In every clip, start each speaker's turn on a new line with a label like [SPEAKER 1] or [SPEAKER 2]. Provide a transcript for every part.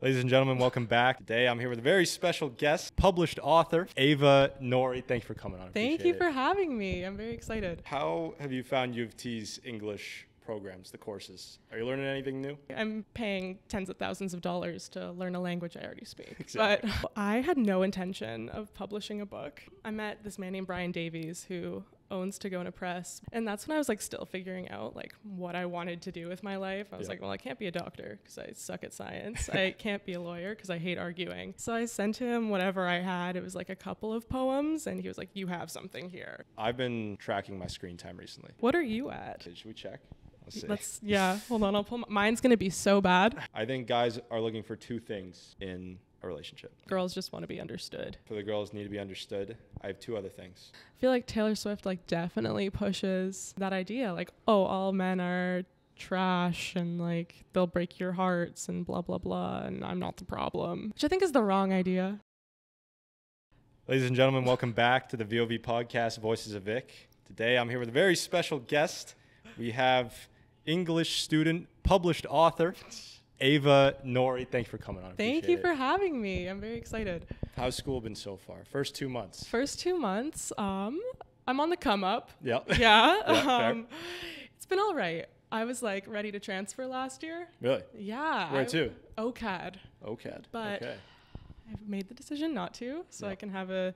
[SPEAKER 1] Ladies and gentlemen, welcome back. Today I'm here with a very special guest, published author Ava Nori. Thank you for coming on. I
[SPEAKER 2] Thank you
[SPEAKER 1] appreciate
[SPEAKER 2] for
[SPEAKER 1] it.
[SPEAKER 2] having me. I'm very excited.
[SPEAKER 1] How have you found U of T's English programs, the courses? Are you learning anything new?
[SPEAKER 2] I'm paying tens of thousands of dollars to learn a language I already speak.
[SPEAKER 1] Exactly.
[SPEAKER 2] But I had no intention of publishing a book. I met this man named Brian Davies who owns Tagona Press, and that's when I was like still figuring out like what I wanted to do with my life. I was
[SPEAKER 1] Yeah.
[SPEAKER 2] like, well, I can't be a doctor because I suck at science. I can't be a lawyer because I hate arguing. So I sent him whatever I had. It was like a couple of poems, and he was like, you have something here.
[SPEAKER 1] I've been tracking my screen time recently.
[SPEAKER 2] What are you at?
[SPEAKER 1] Should we check? Let's see.
[SPEAKER 2] Let's yeah. Hold on, I'll pull. My, mine's gonna be so bad.
[SPEAKER 1] I think guys are looking for two things in a relationship.
[SPEAKER 2] Girls just want to be understood.
[SPEAKER 1] For the girls, need to be understood. I have two other things.
[SPEAKER 2] I feel like Taylor Swift like definitely pushes that idea, like oh, all men are trash and like they'll break your hearts and blah blah blah, and I'm not the problem, which I think is the wrong idea.
[SPEAKER 1] Ladies and gentlemen, welcome back to the VOV podcast, Voices of Vic. Today I'm here with a very special guest. We have English student, published author, Ava Nori. Thank you for coming on. I
[SPEAKER 2] Thank you
[SPEAKER 1] appreciate
[SPEAKER 2] for
[SPEAKER 1] it.
[SPEAKER 2] having me. I'm very excited.
[SPEAKER 1] How's school been so far? First two months.
[SPEAKER 2] First two months, um, I'm on the come up.
[SPEAKER 1] Yep.
[SPEAKER 2] Yeah,
[SPEAKER 1] Yeah, fair.
[SPEAKER 2] um, it's been all right. I was like ready to transfer last year.
[SPEAKER 1] Really?
[SPEAKER 2] Yeah.
[SPEAKER 1] Where
[SPEAKER 2] I-
[SPEAKER 1] to?
[SPEAKER 2] OCAD.
[SPEAKER 1] OCAD.
[SPEAKER 2] But-
[SPEAKER 1] okay.
[SPEAKER 2] I've made the decision not to, so
[SPEAKER 1] Yeah.
[SPEAKER 2] I can have a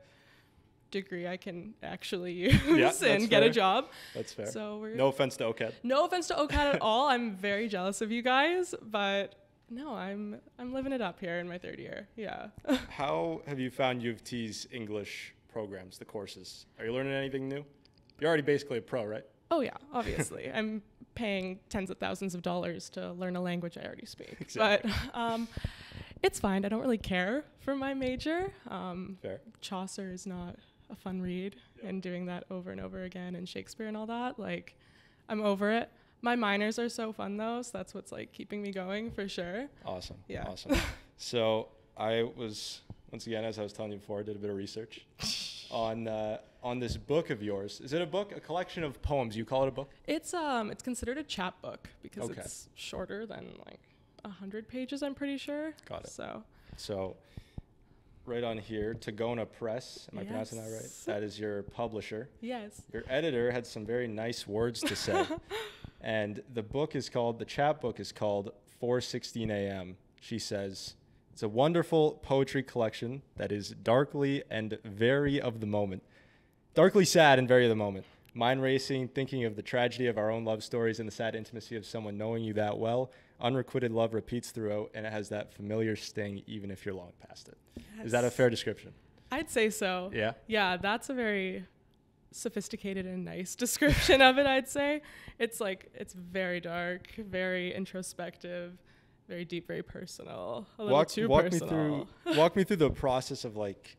[SPEAKER 2] degree I can actually use
[SPEAKER 1] that's
[SPEAKER 2] and get
[SPEAKER 1] fair.
[SPEAKER 2] a job.
[SPEAKER 1] That's fair.
[SPEAKER 2] So we're
[SPEAKER 1] no offense to OCAD.
[SPEAKER 2] no offense to OCAD at all. I'm very jealous of you guys, but no, I'm I'm living it up here in my third year. Yeah.
[SPEAKER 1] How have you found U of T's English programs, the courses? Are you learning anything new? You're already basically a pro, right?
[SPEAKER 2] oh yeah, obviously. I'm paying tens of thousands of dollars to learn a language I already speak.
[SPEAKER 1] Exactly.
[SPEAKER 2] But um, it's fine. I don't really care for my major. Um,
[SPEAKER 1] Fair.
[SPEAKER 2] Chaucer is not a fun read and doing that over and over again and Shakespeare and all that, like I'm over it. My minors are so fun though, so that's what's like keeping me going for sure.
[SPEAKER 1] Awesome.
[SPEAKER 2] Yeah.
[SPEAKER 1] Awesome. so I was once again, as I was telling you before, I did a bit of research on uh, on this book of yours. Is it a book? A collection of poems? You call it a book?
[SPEAKER 2] It's um it's considered a chapbook because
[SPEAKER 1] Okay.
[SPEAKER 2] it's shorter than like a hundred pages, I'm pretty sure.
[SPEAKER 1] Got it.
[SPEAKER 2] So
[SPEAKER 1] So right on here, Tagona Press. Am I pronouncing that right?
[SPEAKER 2] Yes.
[SPEAKER 1] That is your publisher.
[SPEAKER 2] yes.
[SPEAKER 1] Your editor had some very nice words to say. and the book is called, the chapbook is called 416 AM. She says, it's a wonderful poetry collection that is darkly and very of the moment. Darkly sad and very of the moment. Mind racing, thinking of the tragedy of our own love stories and the sad intimacy of someone knowing you that well. Unrequited love repeats throughout, and it has that familiar sting, even if you're long past it. Is that a
[SPEAKER 2] Yes.
[SPEAKER 1] fair description?
[SPEAKER 2] I'd say so.
[SPEAKER 1] Yeah.
[SPEAKER 2] Yeah, that's a very sophisticated and nice description of it, I'd say. It's like it's very dark, very introspective, very deep, very personal. A little too personal.
[SPEAKER 1] me through walk me through the process of like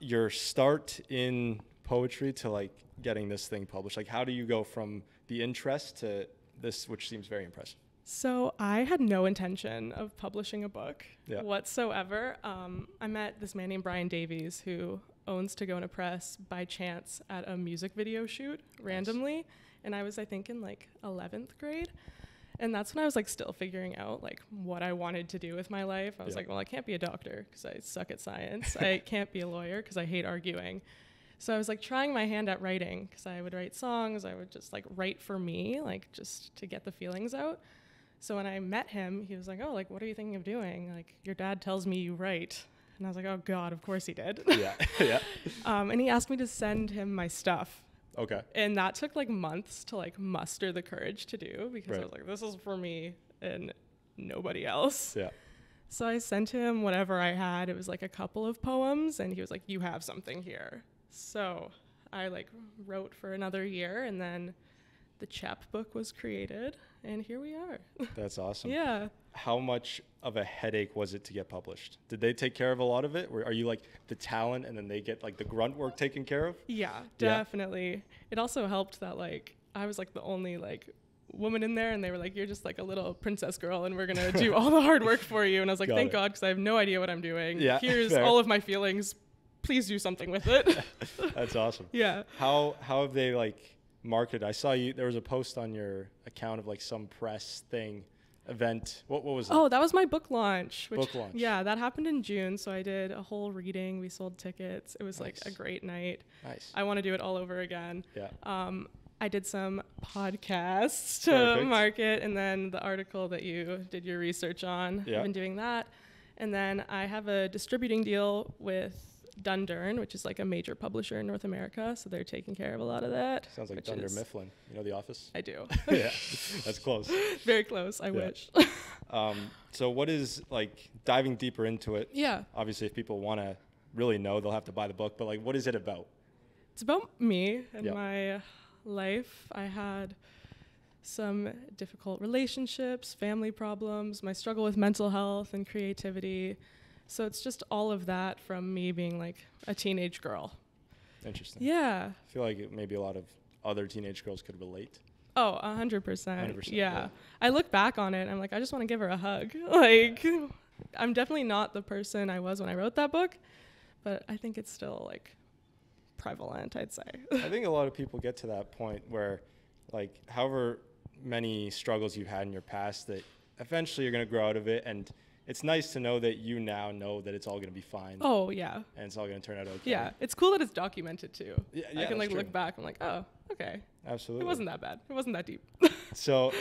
[SPEAKER 1] your start in poetry to like getting this thing published like how do you go from the interest to this which seems very impressive
[SPEAKER 2] So I had no intention of publishing a book
[SPEAKER 1] Yeah.
[SPEAKER 2] whatsoever. Um, I met this man named Brian Davies who owns Tagona Press by chance at a music video shoot randomly, and I was I think in like 11th grade, and that's when I was like still figuring out like what I wanted to do with my life. I was
[SPEAKER 1] Yeah.
[SPEAKER 2] like, well, I can't be a doctor because I suck at science. I can't be a lawyer because I hate arguing. So I was like trying my hand at writing because I would write songs. I would just like write for me, like just to get the feelings out. So when I met him, he was like, "Oh, like what are you thinking of doing? Like your dad tells me you write." And I was like, "Oh god, of course he did."
[SPEAKER 1] yeah yeah
[SPEAKER 2] um, and he asked me to send him my stuff.
[SPEAKER 1] okay
[SPEAKER 2] And that took like months to like muster the courage to do because
[SPEAKER 1] Right.
[SPEAKER 2] I was like, "This is for me and nobody else."
[SPEAKER 1] yeah
[SPEAKER 2] So I sent him whatever I had. It was like a couple of poems and he was like, "You have something here." So I like wrote for another year and then the chapbook was created and here we are.
[SPEAKER 1] that's awesome
[SPEAKER 2] yeah.
[SPEAKER 1] how much of a headache was it to get published did they take care of a lot of it or are you like the talent and then they get like the grunt work taken care of
[SPEAKER 2] Yeah,
[SPEAKER 1] Yeah.
[SPEAKER 2] definitely. It also helped that like I was like the only like woman in there and they were like you're just like a little princess girl and we're going to do all the hard work for you and I was like
[SPEAKER 1] Got
[SPEAKER 2] thank
[SPEAKER 1] it.
[SPEAKER 2] god cuz I have no idea what I'm doing.
[SPEAKER 1] Yeah,
[SPEAKER 2] Here's
[SPEAKER 1] fair.
[SPEAKER 2] all of my feelings. Please do something with it.
[SPEAKER 1] that's awesome
[SPEAKER 2] yeah.
[SPEAKER 1] How how have they like marketed? I saw you. There was a post on your account of like some press thing event. What what was it?
[SPEAKER 2] Oh, that was my book launch. Which,
[SPEAKER 1] Book launch.
[SPEAKER 2] Yeah, that happened in June. So I did a whole reading. We sold tickets. It was like
[SPEAKER 1] Nice.
[SPEAKER 2] a great night.
[SPEAKER 1] Nice.
[SPEAKER 2] I want to do it all over again.
[SPEAKER 1] yeah.
[SPEAKER 2] Um, I did some podcasts to
[SPEAKER 1] Perfect.
[SPEAKER 2] market, and then the article that you did your research on.
[SPEAKER 1] Yeah.
[SPEAKER 2] I've been doing that, and then I have a distributing deal with Dundurn, which is like a major publisher in North America. So they're taking care of a lot of that.
[SPEAKER 1] Sounds like
[SPEAKER 2] which
[SPEAKER 1] Dunder
[SPEAKER 2] is-
[SPEAKER 1] Mifflin. You know The Office.
[SPEAKER 2] I do.
[SPEAKER 1] yeah, that's close.
[SPEAKER 2] Very close. I
[SPEAKER 1] Yeah.
[SPEAKER 2] wish.
[SPEAKER 1] Um, so what is like diving deeper into it?
[SPEAKER 2] yeah.
[SPEAKER 1] Obviously, if people want to really know, they'll have to buy the book. But like, what is it about?
[SPEAKER 2] It's about me and
[SPEAKER 1] Yeah.
[SPEAKER 2] my life. I had some difficult relationships, family problems, my struggle with mental health and creativity. So it's just all of that from me being like a teenage girl.
[SPEAKER 1] Interesting.
[SPEAKER 2] Yeah.
[SPEAKER 1] I feel like it- maybe a lot of other teenage girls could relate.
[SPEAKER 2] Oh, a hundred percent.
[SPEAKER 1] 100%,
[SPEAKER 2] Yeah.
[SPEAKER 1] yeah.
[SPEAKER 2] I look back on it and I'm like, I just want to give her a hug. Like I'm definitely not the person I was when I wrote that book, but I think it's still like prevalent, I'd say.
[SPEAKER 1] I think a lot of people get to that point where, like, however many struggles you've had in your past, that eventually you're going to grow out of it. And it's nice to know that you now know that it's all going to be fine
[SPEAKER 2] oh yeah.
[SPEAKER 1] and it's all going to turn out okay.
[SPEAKER 2] Yeah, it's cool that it's documented too.
[SPEAKER 1] Yeah,
[SPEAKER 2] I
[SPEAKER 1] yeah,
[SPEAKER 2] can like
[SPEAKER 1] that's
[SPEAKER 2] look
[SPEAKER 1] true.
[SPEAKER 2] back. I'm like, oh, okay,
[SPEAKER 1] Absolutely.
[SPEAKER 2] it wasn't that bad. It wasn't that deep.
[SPEAKER 1] So,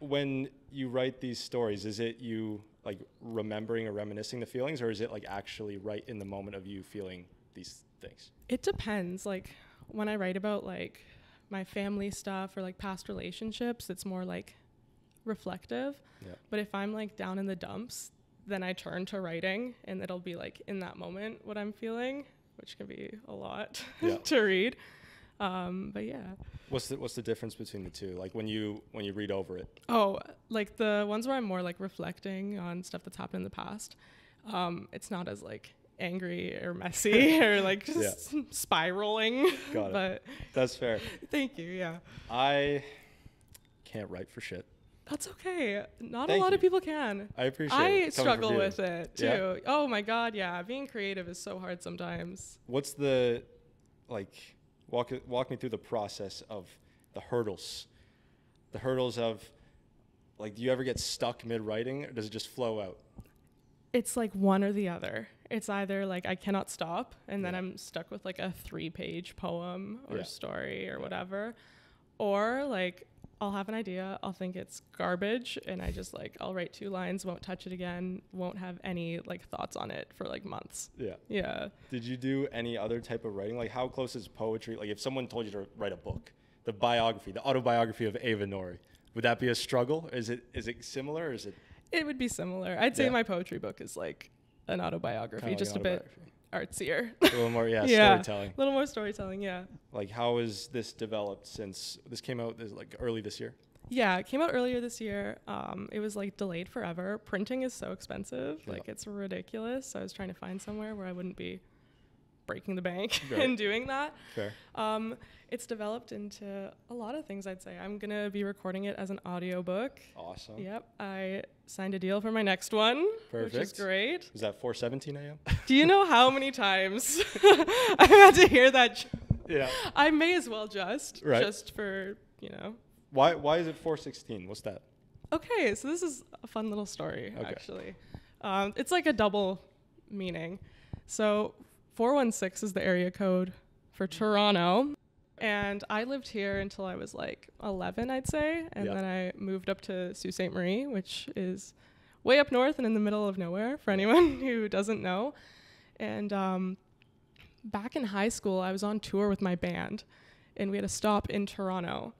[SPEAKER 1] when you write these stories, is it you like remembering or reminiscing the feelings, or is it like actually right in the moment of you feeling these things?
[SPEAKER 2] it depends. Like when I write about like my family stuff or like past relationships, it's more like reflective.
[SPEAKER 1] Yeah.
[SPEAKER 2] But if I'm like down in the dumps, then I turn to writing, and it'll be like in that moment what I'm feeling, which can be a lot
[SPEAKER 1] Yeah.
[SPEAKER 2] to read. Um, but yeah.
[SPEAKER 1] What's the what's the difference between the two? Like when you when you read over it,
[SPEAKER 2] Oh, like the ones where I'm more like reflecting on stuff that's happened in the past. Um, it's not as like angry or messy or like just spiraling.
[SPEAKER 1] Got it.
[SPEAKER 2] but
[SPEAKER 1] that's fair.
[SPEAKER 2] thank you. Yeah,
[SPEAKER 1] I can't write for shit.
[SPEAKER 2] that's okay. Not a
[SPEAKER 1] Thank
[SPEAKER 2] lot of
[SPEAKER 1] you.
[SPEAKER 2] people can.
[SPEAKER 1] I appreciate. it
[SPEAKER 2] I
[SPEAKER 1] coming from
[SPEAKER 2] struggle
[SPEAKER 1] you.
[SPEAKER 2] with it too.
[SPEAKER 1] Yeah.
[SPEAKER 2] Oh my god, yeah. Being creative is so hard sometimes.
[SPEAKER 1] What's the like walk walk me through the process of the hurdles, the hurdles of like do you ever get stuck mid writing or does it just flow out?
[SPEAKER 2] It's like one or the other. It's either like I cannot stop and then
[SPEAKER 1] Yeah.
[SPEAKER 2] I'm stuck with like a three page poem or
[SPEAKER 1] Yeah.
[SPEAKER 2] story or whatever. Or like I'll have an idea, I'll think it's garbage and I just like I'll write two lines, won't touch it again, won't have any like thoughts on it for like months.
[SPEAKER 1] Yeah.
[SPEAKER 2] Yeah.
[SPEAKER 1] Did you do any other type of writing? Like, how close is poetry? Like, if someone told you to write a book, the biography, the autobiography of Ava Nori, would that be a struggle? Is it is it similar? Or is it
[SPEAKER 2] It would be similar. I'd say
[SPEAKER 1] Yeah.
[SPEAKER 2] my poetry book is like an autobiography,
[SPEAKER 1] Kinda like
[SPEAKER 2] just
[SPEAKER 1] an
[SPEAKER 2] a bit artsier.
[SPEAKER 1] a little more? Yeah, storytelling.
[SPEAKER 2] A little more storytelling, yeah.
[SPEAKER 1] Like, how has this developed since this came out? This, like early this year.
[SPEAKER 2] Yeah, it came out earlier this year. Um, it was like delayed forever. Printing is so expensive,
[SPEAKER 1] Yeah.
[SPEAKER 2] like it's ridiculous. So I was trying to find somewhere where I wouldn't be breaking the bank
[SPEAKER 1] Right.
[SPEAKER 2] and doing that.
[SPEAKER 1] Fair.
[SPEAKER 2] Um, it's developed into a lot of things. I'd say I'm gonna be recording it as an audiobook.
[SPEAKER 1] Awesome.
[SPEAKER 2] Yep, I signed a deal for my next one, which is
[SPEAKER 1] Perfect.
[SPEAKER 2] great.
[SPEAKER 1] Was that 4:17 a.m.?
[SPEAKER 2] Do you know how many times I had to hear that? j-
[SPEAKER 1] yeah.
[SPEAKER 2] I may as well just,
[SPEAKER 1] Right.
[SPEAKER 2] just for you know
[SPEAKER 1] Why why is it 4:16? What's that?
[SPEAKER 2] Okay, so this is a fun little story,
[SPEAKER 1] Okay.
[SPEAKER 2] actually. Um, it's like a double meaning. So, 416 is the area code for Toronto. And I lived here until I was like 11, I'd say. And
[SPEAKER 1] Yeah.
[SPEAKER 2] then I moved up to Sault Ste. Marie, which is way up north and in the middle of nowhere for anyone who doesn't know. And um, back in high school, I was on tour with my band, and we had a stop in Toronto.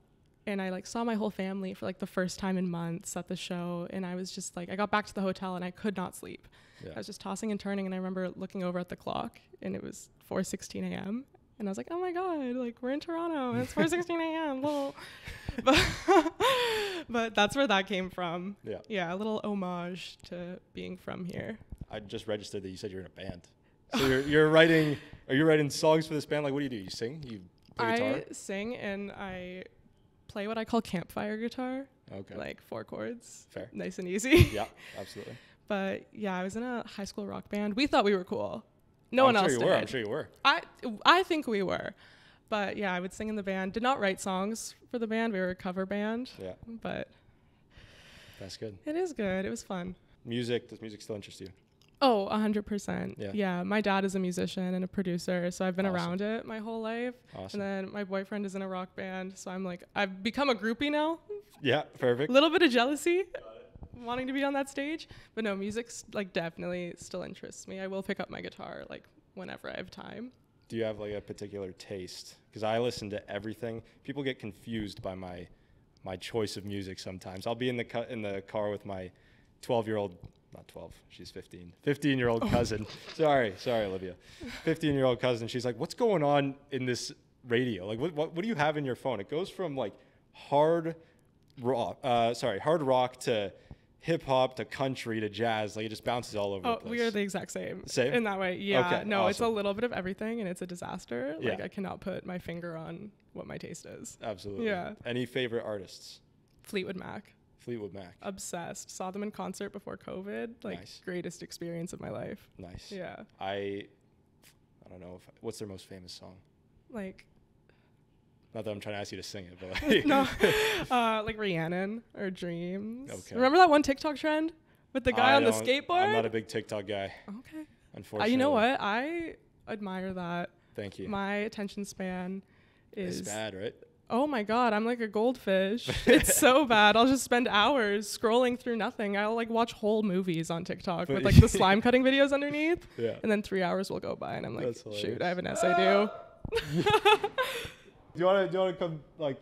[SPEAKER 2] And I like saw my whole family for like the first time in months at the show, and I was just like, I got back to the hotel and I could not sleep.
[SPEAKER 1] Yeah.
[SPEAKER 2] I was just tossing and turning, and I remember looking over at the clock, and it was 4:16 a.m. And I was like, oh my god, like we're in Toronto, and it's 4:16 a.m. Well, but, but that's where that came from.
[SPEAKER 1] Yeah.
[SPEAKER 2] Yeah, a little homage to being from here.
[SPEAKER 1] I just registered that you said you're in a band. So you're, you're writing. Are you writing songs for this band? Like, what do you do? You sing? You play guitar?
[SPEAKER 2] I sing and I play what I call campfire guitar,
[SPEAKER 1] okay.
[SPEAKER 2] like four chords,
[SPEAKER 1] Fair.
[SPEAKER 2] nice and easy.
[SPEAKER 1] Yeah, absolutely.
[SPEAKER 2] But yeah, I was in a high school rock band. We thought we were cool. No one
[SPEAKER 1] Oh, I'm sure
[SPEAKER 2] else
[SPEAKER 1] you
[SPEAKER 2] did.
[SPEAKER 1] were. I'm sure you were.
[SPEAKER 2] I I think we were, but yeah, I would sing in the band. Did not write songs for the band. We were a cover band,
[SPEAKER 1] Yeah.
[SPEAKER 2] but
[SPEAKER 1] That's good.
[SPEAKER 2] It is good. It was fun.
[SPEAKER 1] Music, does music still interest you?
[SPEAKER 2] Oh, 100%.
[SPEAKER 1] Yeah.
[SPEAKER 2] Yeah. My dad is a musician and a producer, so I've been
[SPEAKER 1] Awesome.
[SPEAKER 2] around it my whole life.
[SPEAKER 1] Awesome.
[SPEAKER 2] And then my boyfriend is in a rock band, so I'm like, I've become a groupie now.
[SPEAKER 1] Yeah, perfect.
[SPEAKER 2] A little bit of jealousy, wanting to be on that stage. But no, music's like definitely still interests me. I will pick up my guitar like whenever I have time.
[SPEAKER 1] Do you have like a particular taste? Because I listen to everything. People get confused by my my choice of music sometimes. I'll be in the cu- in the car with my 12 year old, not 12, she's 15, 15 year
[SPEAKER 2] Oh.
[SPEAKER 1] old cousin. sorry, sorry, Olivia. 15 year old cousin. She's like, what's going on in this radio? Like, what, what, what do you have in your phone? It goes from like hard rock, uh, sorry, hard rock to hip hop to country to jazz. Like, it just bounces all over the
[SPEAKER 2] Oh,
[SPEAKER 1] place.
[SPEAKER 2] we are the exact same.
[SPEAKER 1] Same?
[SPEAKER 2] In that way. Yeah.
[SPEAKER 1] Okay,
[SPEAKER 2] no, it's a
[SPEAKER 1] awesome.
[SPEAKER 2] little bit of everything and it's a disaster. Like
[SPEAKER 1] Yeah.
[SPEAKER 2] I cannot put my finger on what my taste is.
[SPEAKER 1] Absolutely.
[SPEAKER 2] Yeah.
[SPEAKER 1] Any favorite artists?
[SPEAKER 2] Fleetwood Mac.
[SPEAKER 1] Fleetwood Mac.
[SPEAKER 2] Obsessed. Saw them in concert before COVID. Like
[SPEAKER 1] Nice.
[SPEAKER 2] greatest experience of my life.
[SPEAKER 1] Nice.
[SPEAKER 2] Yeah.
[SPEAKER 1] I I don't know if what's their most famous song.
[SPEAKER 2] Like
[SPEAKER 1] Not that I'm trying to ask you to sing it, but like,
[SPEAKER 2] no. uh like Rhiannon or Dreams.
[SPEAKER 1] Okay.
[SPEAKER 2] Remember that one TikTok trend with the guy
[SPEAKER 1] I
[SPEAKER 2] on the
[SPEAKER 1] don't-
[SPEAKER 2] skateboard?
[SPEAKER 1] I'm not a big TikTok guy,
[SPEAKER 2] okay. Uh,
[SPEAKER 1] unfortunately.
[SPEAKER 2] you know what? I admire that.
[SPEAKER 1] Thank you.
[SPEAKER 2] My attention span
[SPEAKER 1] it's
[SPEAKER 2] is
[SPEAKER 1] bad, right?
[SPEAKER 2] Oh my god, I'm like a goldfish. it's so bad. I'll just spend hours scrolling through nothing. I'll like watch whole movies on TikTok
[SPEAKER 1] But-
[SPEAKER 2] with like the slime cutting videos underneath.
[SPEAKER 1] Yeah.
[SPEAKER 2] And then three hours will go by and I'm like,
[SPEAKER 1] That's hilarious.
[SPEAKER 2] shoot,
[SPEAKER 1] Ah,
[SPEAKER 2] I have an essay due.
[SPEAKER 1] Do you want to do you want to come like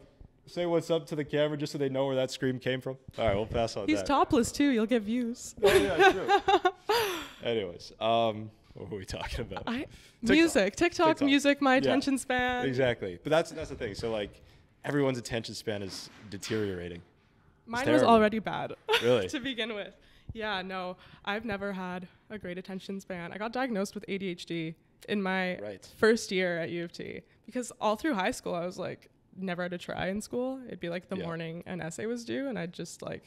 [SPEAKER 1] say what's up to the camera just so they know where that scream came from? All right, we'll pass on
[SPEAKER 2] He's
[SPEAKER 1] that.
[SPEAKER 2] topless too, you'll get views.
[SPEAKER 1] Oh, yeah, true. Anyways, um, what were we talking about?
[SPEAKER 2] I music, TikTok,
[SPEAKER 1] TikTok.
[SPEAKER 2] music, my
[SPEAKER 1] Yeah.
[SPEAKER 2] attention span.
[SPEAKER 1] exactly, but that's that's the thing. So like, everyone's attention span is deteriorating.
[SPEAKER 2] Mine was
[SPEAKER 1] terrible.
[SPEAKER 2] already bad.
[SPEAKER 1] Really?
[SPEAKER 2] to begin with. Yeah, no. I've never had a great attention span. I got diagnosed with ADHD in my
[SPEAKER 1] Right.
[SPEAKER 2] first year at U of T because all through high school I was like never had a try in school. It'd be like the
[SPEAKER 1] Yeah.
[SPEAKER 2] morning an essay was due and I'd just like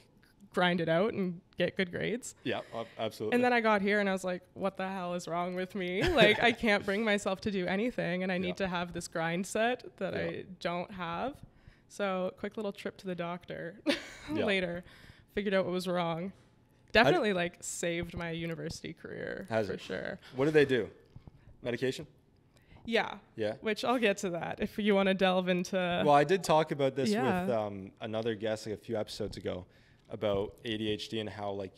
[SPEAKER 2] grind it out and get good grades.
[SPEAKER 1] Yeah, ab- absolutely.
[SPEAKER 2] And then I got here and I was like, what the hell is wrong with me? Like, I can't bring myself to do anything and I need
[SPEAKER 1] Yeah.
[SPEAKER 2] to have this grind set that
[SPEAKER 1] Yeah.
[SPEAKER 2] I don't have. So, quick little trip to the doctor
[SPEAKER 1] Yeah.
[SPEAKER 2] later, figured out what was wrong. Definitely like saved my university career
[SPEAKER 1] Has
[SPEAKER 2] for
[SPEAKER 1] it?
[SPEAKER 2] sure.
[SPEAKER 1] what do they do? Medication?
[SPEAKER 2] Yeah.
[SPEAKER 1] Yeah.
[SPEAKER 2] Which I'll get to that if you want to delve into.
[SPEAKER 1] Well, I did talk about this
[SPEAKER 2] Yeah.
[SPEAKER 1] with um, another guest like a few episodes ago about ADHD and how like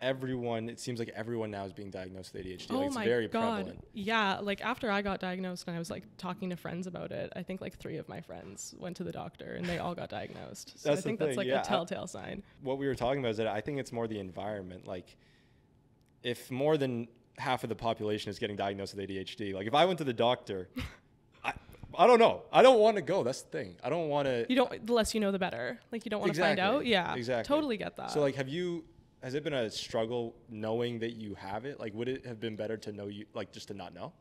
[SPEAKER 1] everyone it seems like everyone now is being diagnosed with ADHD. like it's very prevalent.
[SPEAKER 2] Oh Yeah, like after I got diagnosed and I was like talking to friends about it, I think like three of my friends went to the doctor and they all got diagnosed.
[SPEAKER 1] That's
[SPEAKER 2] So I
[SPEAKER 1] the
[SPEAKER 2] think
[SPEAKER 1] thing,
[SPEAKER 2] that's like
[SPEAKER 1] yeah.
[SPEAKER 2] a telltale sign.
[SPEAKER 1] What we were talking about is that I think it's more the environment. Like if more than half of the population is getting diagnosed with ADHD, like if I went to the doctor, I I don't know. I don't want to go. That's the thing. I don't want to
[SPEAKER 2] You don't the less you know the better. Like you don't want to find out. Yeah.
[SPEAKER 1] Exactly.
[SPEAKER 2] Totally get that.
[SPEAKER 1] So like have you has it been a struggle knowing that you have it? Like would it have been better to know you like just to not know?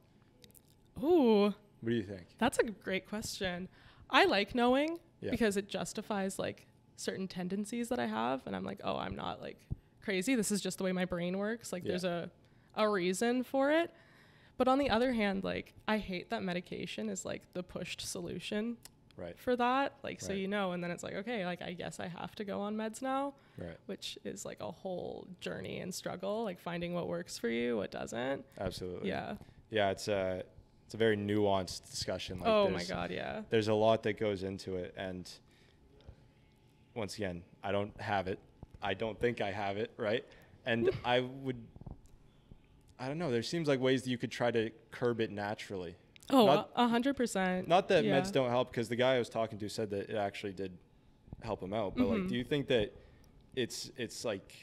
[SPEAKER 2] Ooh,
[SPEAKER 1] What do you think?
[SPEAKER 2] that's a great question. I like knowing
[SPEAKER 1] Yeah.
[SPEAKER 2] because it justifies like certain tendencies that I have and I'm like, "Oh, I'm not like crazy. This is just the way my brain works. Like
[SPEAKER 1] Yeah.
[SPEAKER 2] there's a a reason for it." But on the other hand, like I hate that medication is like the pushed solution
[SPEAKER 1] Right.
[SPEAKER 2] for that. Like so
[SPEAKER 1] Right.
[SPEAKER 2] you know, and then it's like, okay, like I guess I have to go on meds now,
[SPEAKER 1] Right.
[SPEAKER 2] which is like a whole journey and struggle, like finding what works for you, what doesn't.
[SPEAKER 1] Absolutely.
[SPEAKER 2] Yeah.
[SPEAKER 1] Yeah, it's a it's a very nuanced discussion. Like
[SPEAKER 2] oh my
[SPEAKER 1] there's-
[SPEAKER 2] god, yeah.
[SPEAKER 1] There's a lot that goes into it, and once again, I don't have it. I don't think I have it, right? And I would. I don't know. There seems like ways that you could try to curb it naturally.
[SPEAKER 2] Oh,
[SPEAKER 1] not-
[SPEAKER 2] a 100%.
[SPEAKER 1] Not that
[SPEAKER 2] yeah.
[SPEAKER 1] meds don't help, because the guy I was talking to said that it actually did help him out. But
[SPEAKER 2] Mm-hmm.
[SPEAKER 1] like, do you think that it's it's like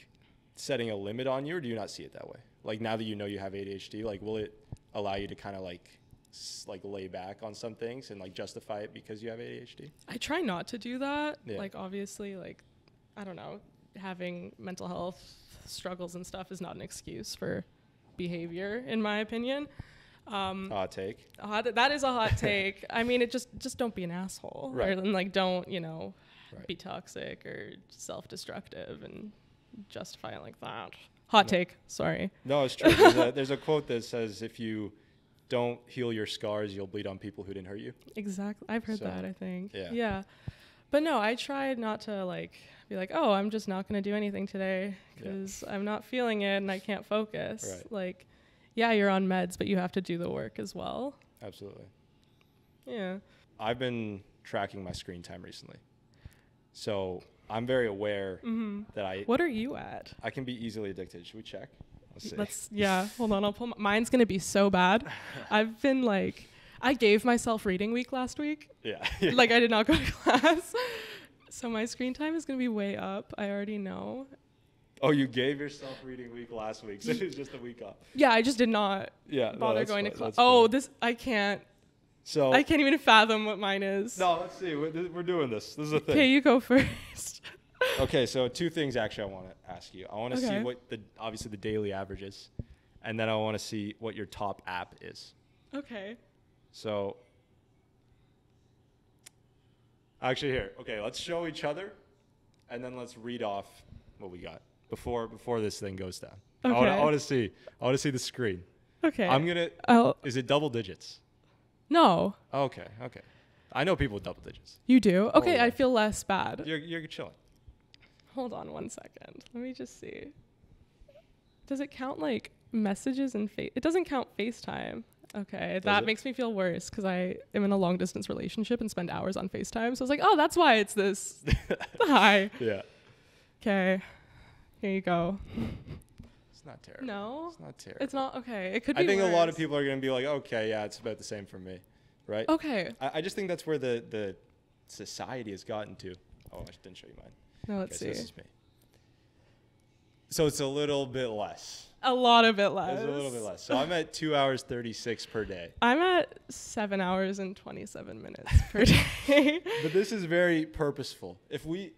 [SPEAKER 1] setting a limit on you, or do you not see it that way? Like now that you know you have ADHD, like will it allow you to kind of like s- like lay back on some things and like justify it because you have ADHD?
[SPEAKER 2] I try not to do that.
[SPEAKER 1] Yeah.
[SPEAKER 2] Like obviously, like I don't know, having mental health struggles and stuff is not an excuse for behavior in my opinion. Um,
[SPEAKER 1] Hot take.
[SPEAKER 2] a hot- that is a hot take. I mean, it just just don't be an asshole,
[SPEAKER 1] Right.
[SPEAKER 2] Or, and like don't you know,
[SPEAKER 1] Right.
[SPEAKER 2] be toxic or self-destructive and justify it like that. Hot take. Sorry.
[SPEAKER 1] No, it's true. There's a, there's a quote that says if you don't heal your scars, you'll bleed on people who didn't hurt you.
[SPEAKER 2] Exactly. I've heard
[SPEAKER 1] So,
[SPEAKER 2] that, I think.
[SPEAKER 1] yeah.
[SPEAKER 2] Yeah. But no, I tried not to like be like, oh, I'm just not going to do anything today
[SPEAKER 1] Yeah.
[SPEAKER 2] because I'm not feeling it and I can't focus.
[SPEAKER 1] Right.
[SPEAKER 2] Like, yeah, you're on meds, but you have to do the work as well.
[SPEAKER 1] Absolutely.
[SPEAKER 2] Yeah.
[SPEAKER 1] I've been tracking my screen time recently. So I'm very aware that I
[SPEAKER 2] Mm-hmm. What are you at?
[SPEAKER 1] I can be easily addicted. Should we check? Let's see.
[SPEAKER 2] Let's yeah. Hold on, I'll pull. My, mine's gonna be so bad. I've been like, I gave myself reading week last week.
[SPEAKER 1] yeah.
[SPEAKER 2] Like I did not go to class, so my screen time is gonna be way up. I already know.
[SPEAKER 1] oh, you gave yourself reading week last week, so it was just a week off.
[SPEAKER 2] Yeah, I just did not
[SPEAKER 1] Yeah. no,
[SPEAKER 2] bother
[SPEAKER 1] that's
[SPEAKER 2] going to
[SPEAKER 1] fine,
[SPEAKER 2] class.
[SPEAKER 1] that's
[SPEAKER 2] Oh,
[SPEAKER 1] fine.
[SPEAKER 2] this I can't.
[SPEAKER 1] so
[SPEAKER 2] I can't even fathom what mine is.
[SPEAKER 1] no. Let's see. We're, th- we're doing this. This is a
[SPEAKER 2] Okay,
[SPEAKER 1] thing.
[SPEAKER 2] you go first.
[SPEAKER 1] Okay. So two things actually I want to ask you. I want to
[SPEAKER 2] Okay.
[SPEAKER 1] see what the obviously the daily average is, and then I want to see what your top app is.
[SPEAKER 2] okay.
[SPEAKER 1] So actually here, okay, let's show each other and then let's read off what we got before before this thing goes down. I want to
[SPEAKER 2] Okay.
[SPEAKER 1] I wanna see. I want to see the screen.
[SPEAKER 2] Okay.
[SPEAKER 1] I'm going to
[SPEAKER 2] Oh
[SPEAKER 1] Is it double digits?
[SPEAKER 2] no,
[SPEAKER 1] Okay, okay. I know people with double digits.
[SPEAKER 2] you do. Okay,
[SPEAKER 1] Oh, yeah.
[SPEAKER 2] I feel less bad.
[SPEAKER 1] You're you're chilling.
[SPEAKER 2] Hold on one second. Let me just see. Does it count like messages and face? It doesn't count FaceTime. Okay, that
[SPEAKER 1] it?
[SPEAKER 2] makes me feel worse because I am in a long distance relationship and spend hours on FaceTime. So I was like, oh, that's why it's this high.
[SPEAKER 1] Yeah.
[SPEAKER 2] Okay, here you go.
[SPEAKER 1] It's not terrible.
[SPEAKER 2] No,
[SPEAKER 1] It's not terrible.
[SPEAKER 2] it's not okay. It could be.
[SPEAKER 1] I think a lot of
[SPEAKER 2] worse. Oh.
[SPEAKER 1] people are going to be like, "Okay, yeah, it's about the same for me." Right?
[SPEAKER 2] Okay,
[SPEAKER 1] I, I just think that's where the the society has gotten to. Oh, I didn't show you mine.
[SPEAKER 2] now let's
[SPEAKER 1] Okay, so
[SPEAKER 2] see.
[SPEAKER 1] this is me. So it's a little bit less.
[SPEAKER 2] A lot of it less.
[SPEAKER 1] It's a little bit less. So I'm at two hours thirty six per day.
[SPEAKER 2] I'm at seven hours and twenty-seven minutes per day.
[SPEAKER 1] But this is very purposeful. If we,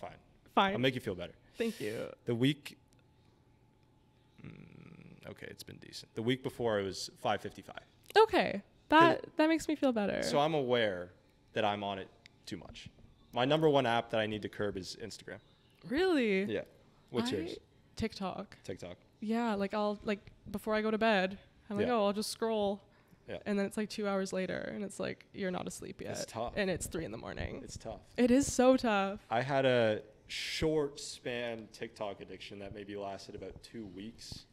[SPEAKER 1] fine, I'll
[SPEAKER 2] Fine.
[SPEAKER 1] make you feel better.
[SPEAKER 2] Thank you.
[SPEAKER 1] The week, Mm, okay, it's been decent. The week before it was five fifty five.
[SPEAKER 2] Okay, that that makes me feel better.
[SPEAKER 1] So I'm aware that I'm on it too much. My number one app that I need to curb is Instagram.
[SPEAKER 2] Really?
[SPEAKER 1] Yeah. What's
[SPEAKER 2] I-
[SPEAKER 1] yours?
[SPEAKER 2] TikTok.
[SPEAKER 1] TikTok.
[SPEAKER 2] Yeah, like I'll like before I go to bed, I'm like,
[SPEAKER 1] Yeah.
[SPEAKER 2] oh, I'll just scroll.
[SPEAKER 1] Yeah.
[SPEAKER 2] And then it's like two hours later, and it's like you're not asleep yet.
[SPEAKER 1] It's tough.
[SPEAKER 2] And it's three in the morning.
[SPEAKER 1] It's tough.
[SPEAKER 2] It is so tough.
[SPEAKER 1] I had a short span TikTok addiction that maybe lasted about two weeks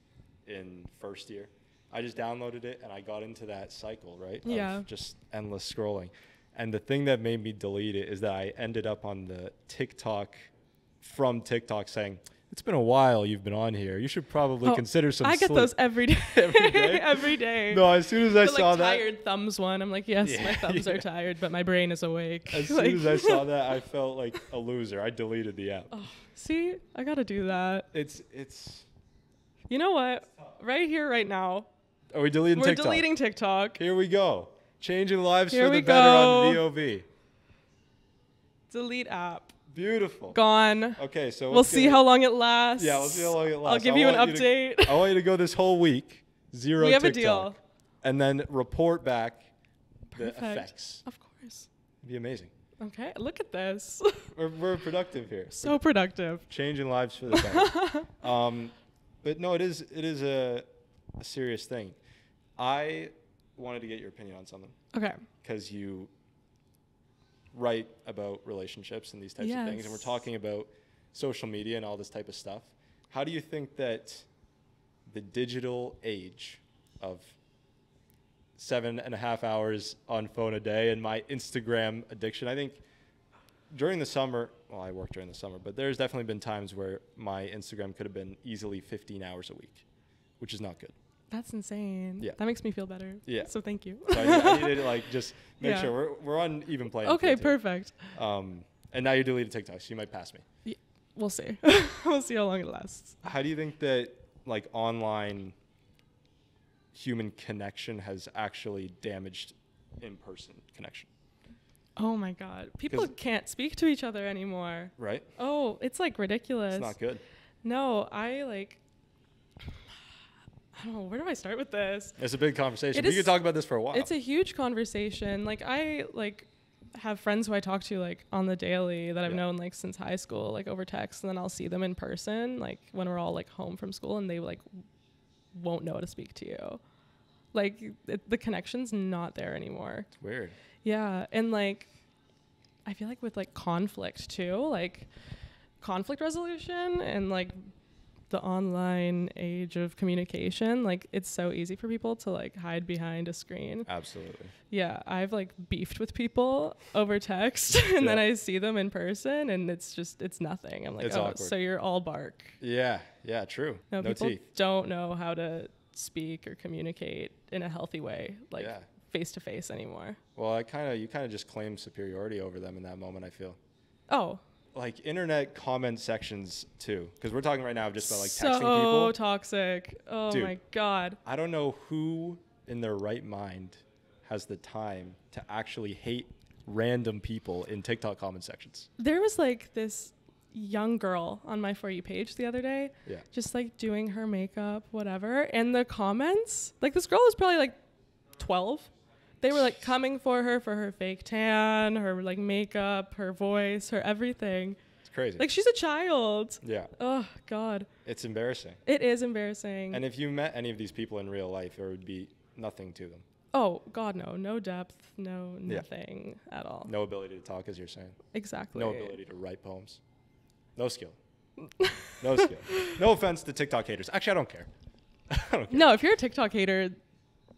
[SPEAKER 1] in first year. I just downloaded it and I got into that cycle, right? of
[SPEAKER 2] Yeah.
[SPEAKER 1] just endless scrolling. And the thing that made me delete it is that I ended up on the TikTok from TikTok saying, It's been a while you've been on here. You should probably
[SPEAKER 2] Oh,
[SPEAKER 1] consider some
[SPEAKER 2] I get
[SPEAKER 1] sleep."
[SPEAKER 2] those every day.
[SPEAKER 1] Every day?
[SPEAKER 2] every day.
[SPEAKER 1] No, as soon as I
[SPEAKER 2] The, like
[SPEAKER 1] saw that,
[SPEAKER 2] tired thumbs one. I'm like, yes, my
[SPEAKER 1] Yeah,
[SPEAKER 2] thumbs
[SPEAKER 1] yeah.
[SPEAKER 2] are tired, but my brain is awake.
[SPEAKER 1] as
[SPEAKER 2] Like-
[SPEAKER 1] soon as I saw that, I felt like a loser. I deleted the app.
[SPEAKER 2] Oh. See, I gotta do that.
[SPEAKER 1] It's, it's,
[SPEAKER 2] You know what? Right here, right now,
[SPEAKER 1] are we deleting
[SPEAKER 2] we're
[SPEAKER 1] TikTok?
[SPEAKER 2] deleting TikTok,
[SPEAKER 1] Here we go. Changing lives
[SPEAKER 2] Here
[SPEAKER 1] for the
[SPEAKER 2] we
[SPEAKER 1] better on
[SPEAKER 2] go.
[SPEAKER 1] VOV.
[SPEAKER 2] delete app,
[SPEAKER 1] Beautiful.
[SPEAKER 2] gone.
[SPEAKER 1] Okay, so
[SPEAKER 2] We'll
[SPEAKER 1] let's
[SPEAKER 2] see
[SPEAKER 1] get-
[SPEAKER 2] how long it lasts.
[SPEAKER 1] Yeah, we'll see how long it lasts.
[SPEAKER 2] I'll give
[SPEAKER 1] I
[SPEAKER 2] you an
[SPEAKER 1] want to-
[SPEAKER 2] update.
[SPEAKER 1] I want you to go this whole week zero.
[SPEAKER 2] We have a
[SPEAKER 1] TikTok,
[SPEAKER 2] deal.
[SPEAKER 1] And then report back
[SPEAKER 2] Perfect.
[SPEAKER 1] the effects.
[SPEAKER 2] Of course.
[SPEAKER 1] It'd be amazing.
[SPEAKER 2] Okay, look at this.
[SPEAKER 1] We're, we're productive here.
[SPEAKER 2] so productive.
[SPEAKER 1] Changing lives for the better. um, but no, it is it is a, a serious thing. I wanted to get your opinion on something.
[SPEAKER 2] Okay.
[SPEAKER 1] because you write about relationships and these types of things, and we're
[SPEAKER 2] Yes.
[SPEAKER 1] talking about social media and all this type of stuff. How do you think that the digital age of seven and a half hours on phone a day and my Instagram addiction? I think during the summer, well, I worked during the summer, but there's definitely been times where my Instagram could have been easily 15 hours a week, which is not good.
[SPEAKER 2] That's insane.
[SPEAKER 1] Yeah.
[SPEAKER 2] That makes me feel better.
[SPEAKER 1] Yeah.
[SPEAKER 2] So thank you.
[SPEAKER 1] So I, I needed to like just make
[SPEAKER 2] Yeah.
[SPEAKER 1] sure we're, we're on even playing.
[SPEAKER 2] okay,
[SPEAKER 1] field here.
[SPEAKER 2] perfect.
[SPEAKER 1] Um, and now you deleted TikTok, so you might pass me.
[SPEAKER 2] We'll see. we'll see how long it lasts.
[SPEAKER 1] How do you think that like online human connection has actually damaged in-person connection?
[SPEAKER 2] Oh my God. People
[SPEAKER 1] 'Cause-
[SPEAKER 2] can't speak to each other anymore.
[SPEAKER 1] Right?
[SPEAKER 2] Oh, it's like ridiculous.
[SPEAKER 1] It's not good.
[SPEAKER 2] No, I like. I don't know. Where do I start with this?
[SPEAKER 1] It's a big conversation.
[SPEAKER 2] It
[SPEAKER 1] We
[SPEAKER 2] is-
[SPEAKER 1] could talk about this for a while.
[SPEAKER 2] It's a huge conversation. Like I like have friends who I talk to like on the daily that I've
[SPEAKER 1] Yeah.
[SPEAKER 2] known like since high school, like over text, and then I'll see them in person, like when we're all like home from school, and they like won't know how to speak to you. Like it, the connection's not there anymore.
[SPEAKER 1] It's weird.
[SPEAKER 2] Yeah, and like I feel like with like conflict too, like conflict resolution and like the online age of communication, like it's so easy for people to like hide behind a screen.
[SPEAKER 1] Absolutely.
[SPEAKER 2] Yeah, I've like beefed with people over text and then
[SPEAKER 1] Yeah.
[SPEAKER 2] I see them in person and it's just it's nothing. I'm like,
[SPEAKER 1] It's
[SPEAKER 2] "Oh,
[SPEAKER 1] awkward.
[SPEAKER 2] so you're all bark."
[SPEAKER 1] Yeah. Yeah. True.
[SPEAKER 2] No,
[SPEAKER 1] No,
[SPEAKER 2] people
[SPEAKER 1] teeth.
[SPEAKER 2] don't know how to speak or communicate in a healthy way, like
[SPEAKER 1] Yeah.
[SPEAKER 2] face to face anymore.
[SPEAKER 1] Well, I kind of you kind of just claim superiority over them in that moment. I feel
[SPEAKER 2] Oh,
[SPEAKER 1] like internet comment sections too, because we're talking right now just about like
[SPEAKER 2] so
[SPEAKER 1] texting people.
[SPEAKER 2] toxic. Oh
[SPEAKER 1] Dude.
[SPEAKER 2] my god.
[SPEAKER 1] I don't know who in their right mind has the time to actually hate random people in TikTok comment sections.
[SPEAKER 2] There was like this young girl on my for you page the other day,
[SPEAKER 1] Yeah.
[SPEAKER 2] just like doing her makeup, whatever, and the comments, like this girl was probably like 12. They were like coming for her for her fake tan, her like makeup, her voice, her everything.
[SPEAKER 1] It's crazy.
[SPEAKER 2] Like she's a child.
[SPEAKER 1] yeah.
[SPEAKER 2] Oh god.
[SPEAKER 1] It's embarrassing.
[SPEAKER 2] It is embarrassing.
[SPEAKER 1] And if you met any of these people in real life, there would be nothing to them.
[SPEAKER 2] oh God, no, no depth, no
[SPEAKER 1] Yeah.
[SPEAKER 2] nothing at all.
[SPEAKER 1] No ability to talk, as you're saying.
[SPEAKER 2] Exactly.
[SPEAKER 1] No ability to write poems. No skill. No skill. No offense to TikTok haters. Actually, I don't care. I don't care.
[SPEAKER 2] No, if you're a TikTok hater,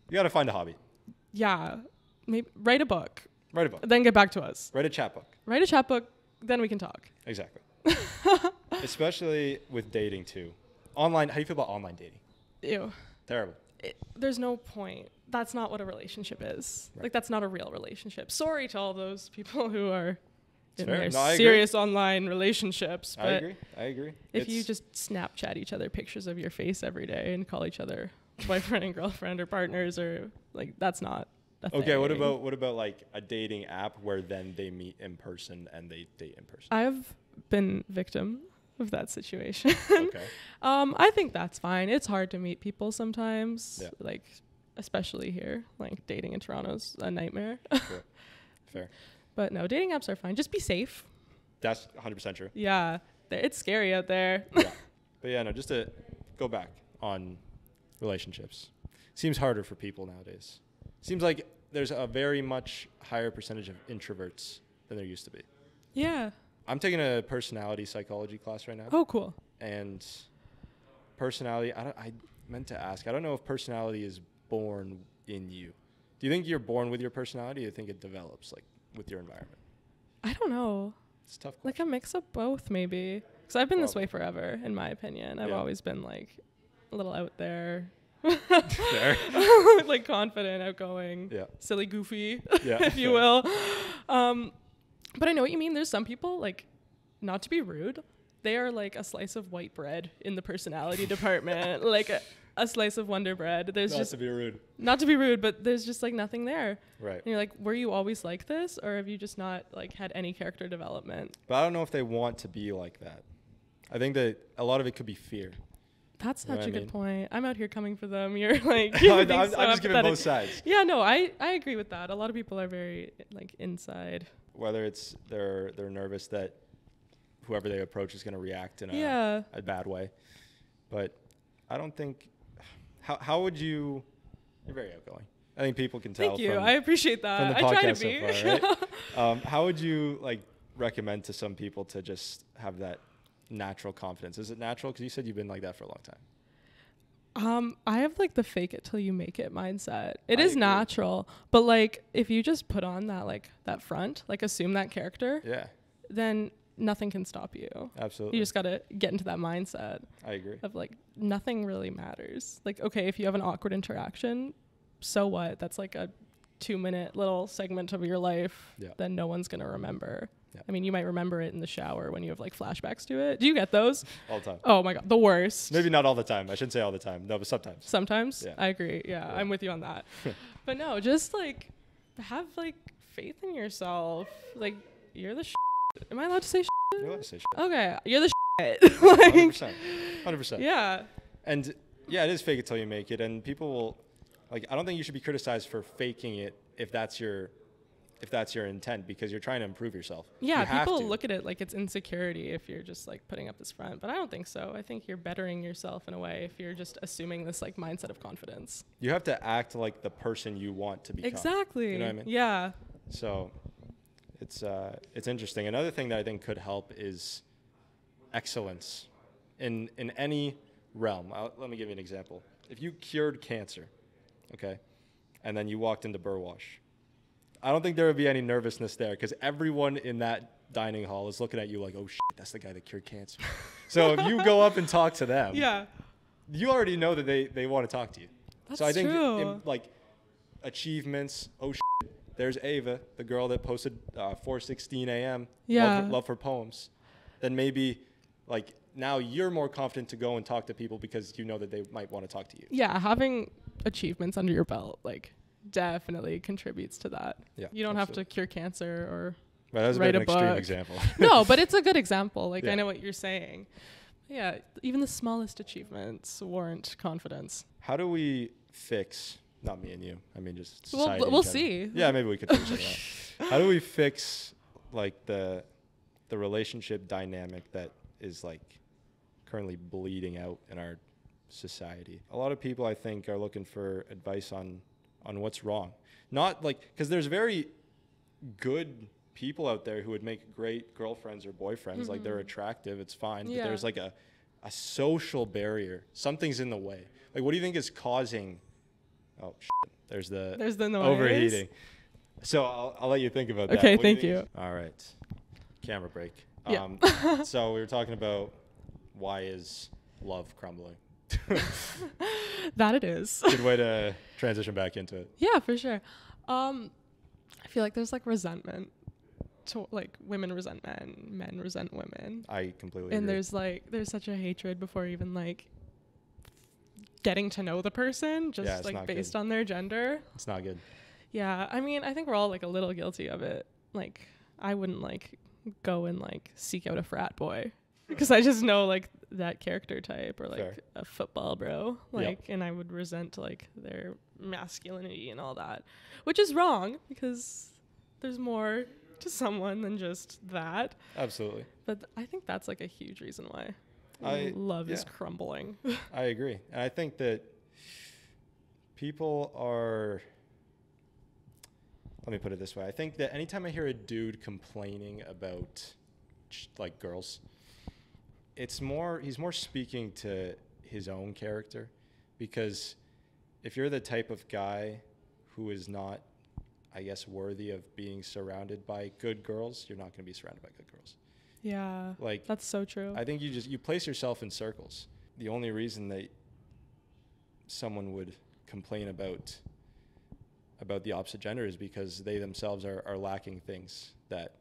[SPEAKER 1] You got to find a hobby.
[SPEAKER 2] yeah, maybe write a book,
[SPEAKER 1] Write a book.
[SPEAKER 2] then get back to us.
[SPEAKER 1] Write a chat book.
[SPEAKER 2] Write a chat book, then we can talk.
[SPEAKER 1] Exactly. Especially with dating too. Online. How do you feel about online dating?
[SPEAKER 2] Ew.
[SPEAKER 1] Terrible.
[SPEAKER 2] It, there's no point. That's not what a relationship is.
[SPEAKER 1] Right.
[SPEAKER 2] Like that's not a real relationship. Sorry to all those people who are
[SPEAKER 1] It's
[SPEAKER 2] in
[SPEAKER 1] fair.
[SPEAKER 2] their
[SPEAKER 1] No, I agree.
[SPEAKER 2] serious online relationships. But
[SPEAKER 1] I agree. I agree.
[SPEAKER 2] if you
[SPEAKER 1] It's-
[SPEAKER 2] just Snapchat each other pictures of your face every day and call each other boyfriend and girlfriend or partners or like that's not a
[SPEAKER 1] okay, what
[SPEAKER 2] thing.
[SPEAKER 1] about what about like a dating app where then they meet in person and they date in person?
[SPEAKER 2] I've been victim of that situation.
[SPEAKER 1] okay.
[SPEAKER 2] um, I think that's fine. It's hard to meet people sometimes,
[SPEAKER 1] Yeah.
[SPEAKER 2] like especially here. Like dating in Toronto's a nightmare.
[SPEAKER 1] Fair. Fair.
[SPEAKER 2] but no, dating apps are fine. Just be safe.
[SPEAKER 1] That's 100% true.
[SPEAKER 2] Yeah, th- it's scary out there.
[SPEAKER 1] Yeah. but yeah, no, just to go back on relationships. Seems harder for people nowadays. Seems like there's a very much higher percentage of introverts than there used to be.
[SPEAKER 2] yeah.
[SPEAKER 1] I'm taking a personality psychology class right now.
[SPEAKER 2] Oh, cool.
[SPEAKER 1] and personality I, don't, I meant to ask i don't know if personality is born in you do you think you're born with your personality or do you think it develops like with your environment
[SPEAKER 2] I don't know.
[SPEAKER 1] it's a tough
[SPEAKER 2] like
[SPEAKER 1] question.
[SPEAKER 2] a mix of both maybe because i've been this
[SPEAKER 1] Well-
[SPEAKER 2] way forever in my opinion i've
[SPEAKER 1] Yeah.
[SPEAKER 2] always been like a little out there
[SPEAKER 1] Fair.
[SPEAKER 2] like confident outgoing
[SPEAKER 1] Yeah.
[SPEAKER 2] silly goofy
[SPEAKER 1] Yeah,
[SPEAKER 2] if you
[SPEAKER 1] fair.
[SPEAKER 2] will um, but i know what you mean there's some people like not to be rude they are like a slice of white bread in the personality department like a, a slice of wonder bread there's
[SPEAKER 1] Not
[SPEAKER 2] just
[SPEAKER 1] to be rude
[SPEAKER 2] not to be rude but there's just like nothing there
[SPEAKER 1] right
[SPEAKER 2] and you're like were you always like this or have you just not like had any character development
[SPEAKER 1] but i don't know if they want to be like that i think that a lot of it could be fear
[SPEAKER 2] That's
[SPEAKER 1] You know what
[SPEAKER 2] such a
[SPEAKER 1] I
[SPEAKER 2] good
[SPEAKER 1] mean?
[SPEAKER 2] point. I'm out here coming for them. You're like,
[SPEAKER 1] I-
[SPEAKER 2] being
[SPEAKER 1] i'm, I'm
[SPEAKER 2] so
[SPEAKER 1] just giving
[SPEAKER 2] apathetic.
[SPEAKER 1] both sides
[SPEAKER 2] Yeah, no, I, I agree with that. A lot of people are very like inside.
[SPEAKER 1] whether it's they're they're nervous that whoever they approach is going to react in a,
[SPEAKER 2] Yeah.
[SPEAKER 1] a bad way but i don't think how, how would you you're very outgoing i think people can tell
[SPEAKER 2] Thank you.
[SPEAKER 1] from,
[SPEAKER 2] I appreciate that.
[SPEAKER 1] from the
[SPEAKER 2] I try
[SPEAKER 1] podcast
[SPEAKER 2] to be.
[SPEAKER 1] so far right um, how would you like recommend to some people to just have that natural confidence is it natural because you said you've been like that for a long time
[SPEAKER 2] um, I have like the fake it till you make it mindset. It
[SPEAKER 1] I
[SPEAKER 2] is
[SPEAKER 1] agree.
[SPEAKER 2] natural, but like if you just put on that like that front, like assume that character,
[SPEAKER 1] yeah
[SPEAKER 2] then nothing can stop you.
[SPEAKER 1] absolutely
[SPEAKER 2] You just Oh. gotta get into that mindset.
[SPEAKER 1] i agree
[SPEAKER 2] of like nothing really matters. Like, okay, if you have an awkward interaction, so what? That's like a two minute little segment of your life
[SPEAKER 1] Yeah.
[SPEAKER 2] then no one's gonna remember.
[SPEAKER 1] Yeah.
[SPEAKER 2] I mean, you might remember it in the shower when you have like flashbacks to it. Do you get those?
[SPEAKER 1] all the time
[SPEAKER 2] Oh my god, the worst.
[SPEAKER 1] maybe not all the time i shouldn't say all the time no but sometimes
[SPEAKER 2] Sometimes.
[SPEAKER 1] Yeah.
[SPEAKER 2] I agree. Yeah,
[SPEAKER 1] Yeah.
[SPEAKER 2] I'm with you on that. but no, just like have like faith in yourself. Like you're the shit. Am I allowed to say shit?
[SPEAKER 1] you're allowed to say shit.
[SPEAKER 2] Okay, you're the shit. like,
[SPEAKER 1] 100% 100%
[SPEAKER 2] yeah.
[SPEAKER 1] And yeah, it is fake it till you make it. And people will like I don't think you should be criticized for faking it if that's your if that's your intent because you're trying to improve yourself. You
[SPEAKER 2] Yeah,
[SPEAKER 1] have
[SPEAKER 2] people
[SPEAKER 1] to.
[SPEAKER 2] look at it like it's insecurity if you're just like putting up this front, but I don't think so. I think you're bettering yourself in a way if you're just assuming this like mindset of confidence.
[SPEAKER 1] you have to act like the person you want to become.
[SPEAKER 2] Exactly.
[SPEAKER 1] You know what I mean?
[SPEAKER 2] Yeah.
[SPEAKER 1] So it's uh, it's interesting. Another thing that I think could help is excellence in in any realm. i let me give you an example. If you cured cancer, okay, and then you walked into Burwash, I don't think there would be any nervousness there because everyone in that dining hall is looking at you like, oh shit, that's the guy that cured cancer. so if you go up and talk to them,
[SPEAKER 2] Yeah.
[SPEAKER 1] you already know that they, they want to talk to you.
[SPEAKER 2] That's
[SPEAKER 1] so I think
[SPEAKER 2] true.
[SPEAKER 1] in, like achievements. Oh shit, there's Ava, the girl that posted uh, 4:16 a.m.
[SPEAKER 2] Yeah.
[SPEAKER 1] love her, love her poems. Then maybe like now you're more confident to go and talk to people because you know that they might want to talk to you.
[SPEAKER 2] yeah, having achievements under your belt like definitely contributes to that.
[SPEAKER 1] Yeah,
[SPEAKER 2] You don't
[SPEAKER 1] absolutely.
[SPEAKER 2] have to cure cancer or
[SPEAKER 1] Right, that was a
[SPEAKER 2] Write
[SPEAKER 1] bit of
[SPEAKER 2] a
[SPEAKER 1] an extreme
[SPEAKER 2] book.
[SPEAKER 1] example.
[SPEAKER 2] No, but it's a good example. Like
[SPEAKER 1] Yeah.
[SPEAKER 2] I know what you're saying. Yeah, even the smallest achievements warrant confidence.
[SPEAKER 1] How do we fix? Not me and you. I mean, just
[SPEAKER 2] Well,
[SPEAKER 1] society in general.
[SPEAKER 2] we'll see.
[SPEAKER 1] Yeah, maybe we could figure something out. How do we fix like the the relationship dynamic that is like currently bleeding out in our society? A lot of people, I think, are looking for advice on on what's wrong. Not like because there's very good people out there who would make great girlfriends or boyfriends. Like they're attractive, it's fine. But
[SPEAKER 2] Yeah.
[SPEAKER 1] there's like a a social barrier. Something's in the way. Like what do you think is causing? Oh, shit. there's the
[SPEAKER 2] There's the noise.
[SPEAKER 1] overheating. So I'll, I'll let you think about that.
[SPEAKER 2] Oh, Okay,
[SPEAKER 1] What do
[SPEAKER 2] thank
[SPEAKER 1] think- All right, camera break.
[SPEAKER 2] Yeah.
[SPEAKER 1] Um, so we were talking about why is love crumbling?
[SPEAKER 2] That it is.
[SPEAKER 1] Good way to transition back into it.
[SPEAKER 2] yeah, for sure. Um I feel like there's like resentment to like women resent men, men resent women.
[SPEAKER 1] I completely
[SPEAKER 2] and
[SPEAKER 1] agree.
[SPEAKER 2] there's like there's such a hatred before even like getting to know the person just
[SPEAKER 1] it's
[SPEAKER 2] like
[SPEAKER 1] not good.
[SPEAKER 2] based on their gender
[SPEAKER 1] it's not good.
[SPEAKER 2] yeah i mean i think we're all like a little guilty of it like i wouldn't like go and like seek out a frat boy because i just know like that character type or like
[SPEAKER 1] Fair.
[SPEAKER 2] a football bro
[SPEAKER 1] Yep.
[SPEAKER 2] like and i would resent like their masculinity and all that which is wrong because there's more to someone than just that
[SPEAKER 1] Absolutely.
[SPEAKER 2] but th- I think that's like a huge reason why
[SPEAKER 1] I-
[SPEAKER 2] love is
[SPEAKER 1] yeah.
[SPEAKER 2] crumbling.
[SPEAKER 1] I agree. And I think that people are. Let me put it this way. I think that anytime I hear a dude complaining about ch- like girls, it's more, he's more speaking to his own character because if you're the type of guy who is not, I guess, worthy of being surrounded by good girls, you're not going to be surrounded by good girls.
[SPEAKER 2] yeah.
[SPEAKER 1] Like,
[SPEAKER 2] That's so true.
[SPEAKER 1] I think you just you place yourself in circles. The only reason that someone would complain about about the opposite gender is because they themselves are, are lacking things that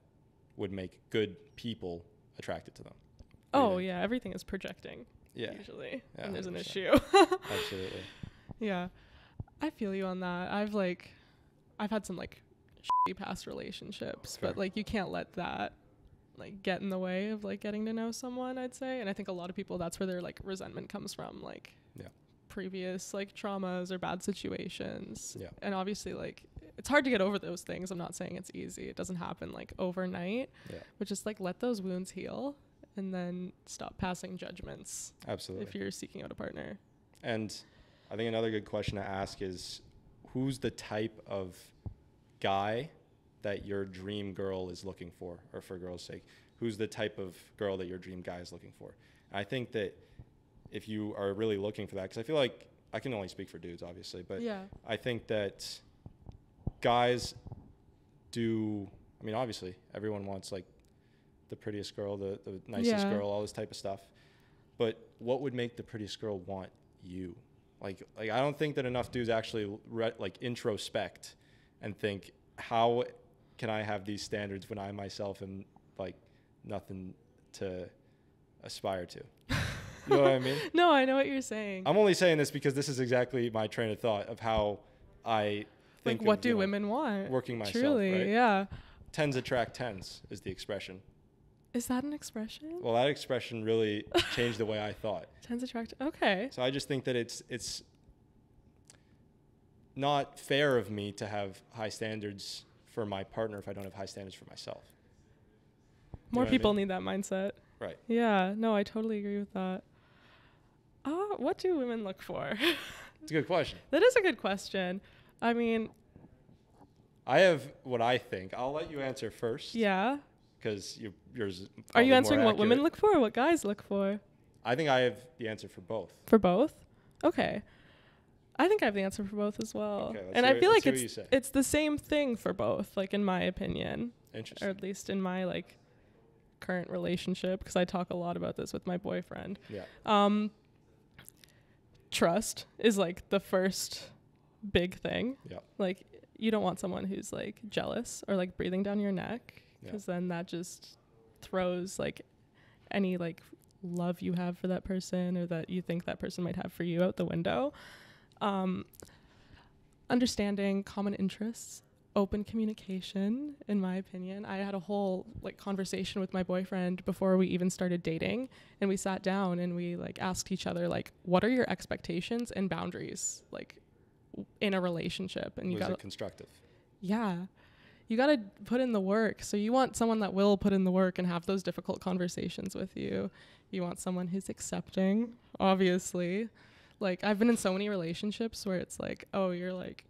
[SPEAKER 1] would make good people attracted to them.
[SPEAKER 2] oh, yeah. Everything is projecting
[SPEAKER 1] Yeah.
[SPEAKER 2] usually
[SPEAKER 1] Yeah,
[SPEAKER 2] when there's an issue.
[SPEAKER 1] 100%. Absolutely.
[SPEAKER 2] yeah. I feel you on that. I've like, I've had some like shitty past relationships,
[SPEAKER 1] Fair.
[SPEAKER 2] but like you can't let that like get in the way of like getting to know someone, I'd say. And I think a lot of people, that's where their like resentment comes from. Like,
[SPEAKER 1] Yeah.
[SPEAKER 2] previous like traumas or bad situations.
[SPEAKER 1] Yeah.
[SPEAKER 2] And obviously like it's hard to get over those things. I'm not saying it's easy. It doesn't happen like overnight.
[SPEAKER 1] Yeah.
[SPEAKER 2] But just like let those wounds heal and then stop passing judgments if
[SPEAKER 1] Absolutely.
[SPEAKER 2] you're seeking out a partner.
[SPEAKER 1] And I think another good question to ask is who's the type of guy that your dream girl is looking for, or for girls' sake, who's the type of girl that your dream guy is looking for? And I think that if you are really looking for that, because I feel like I can only speak for dudes, obviously, but
[SPEAKER 2] yeah.
[SPEAKER 1] I think that guys do. I mean, obviously, everyone wants like the prettiest girl, the, the nicest
[SPEAKER 2] Yeah.
[SPEAKER 1] girl, all this type of stuff. But what would make the prettiest girl want you? Like, like I don't think that enough dudes actually re- like introspect and think, how can I have these standards when I myself am like nothing to aspire to? you know what I mean?
[SPEAKER 2] No, I know what you're saying.
[SPEAKER 1] I'm only saying this because this is exactly my train of thought of how I think.
[SPEAKER 2] like what
[SPEAKER 1] of,
[SPEAKER 2] do
[SPEAKER 1] you know,
[SPEAKER 2] women want?
[SPEAKER 1] working myself,
[SPEAKER 2] Truly,
[SPEAKER 1] right?
[SPEAKER 2] yeah.
[SPEAKER 1] Tens attract tens is the expression.
[SPEAKER 2] Is that an expression?
[SPEAKER 1] Well, that expression really changed the way I thought.
[SPEAKER 2] Tens attract. Okay.
[SPEAKER 1] So I just think that it's it's not fair of me to have high standards for my partner if I don't have high standards for myself.
[SPEAKER 2] More
[SPEAKER 1] what I
[SPEAKER 2] people need that mindset.
[SPEAKER 1] Right.
[SPEAKER 2] Yeah. No, I totally agree with that. Uh, what do women look for?
[SPEAKER 1] It's a good question.
[SPEAKER 2] That is a good question. I mean,
[SPEAKER 1] I have what I think. I'll let you answer first.
[SPEAKER 2] Yeah.
[SPEAKER 1] Because yours. is
[SPEAKER 2] Are
[SPEAKER 1] probably
[SPEAKER 2] you
[SPEAKER 1] more
[SPEAKER 2] answering what women
[SPEAKER 1] accurate.
[SPEAKER 2] look for or what guys look for?
[SPEAKER 1] I think I have the answer for both.
[SPEAKER 2] For both? Okay. I think I have the answer for both as well.
[SPEAKER 1] Okay, let's
[SPEAKER 2] Oh, and
[SPEAKER 1] hear
[SPEAKER 2] I
[SPEAKER 1] it-
[SPEAKER 2] feel
[SPEAKER 1] let's
[SPEAKER 2] like
[SPEAKER 1] hear what
[SPEAKER 2] it's
[SPEAKER 1] you say.
[SPEAKER 2] it's the same thing for both, like in my opinion, or
[SPEAKER 1] Interesting.
[SPEAKER 2] at least in my like current relationship because I talk a lot about this with my boyfriend.
[SPEAKER 1] yeah.
[SPEAKER 2] Um trust is like the first big thing.
[SPEAKER 1] Yeah.
[SPEAKER 2] Like you don't want someone who's like jealous or like breathing down your neck
[SPEAKER 1] Yeah.
[SPEAKER 2] because then that just throws like any like love you have for that person or that you think that person might have for you out the window. Um, understanding common interests, open communication, in my opinion. I had a whole like conversation with my boyfriend before we even started dating, and we sat down and we like asked each other like, "What are your expectations and boundaries like w- in a relationship?" And you
[SPEAKER 1] Was
[SPEAKER 2] got
[SPEAKER 1] it constructive?
[SPEAKER 2] yeah. You got to put in the work. So you want someone that will put in the work and have those difficult conversations with you. You want someone who's accepting, obviously. Like I've been in so many relationships where it's like, "Oh, you're like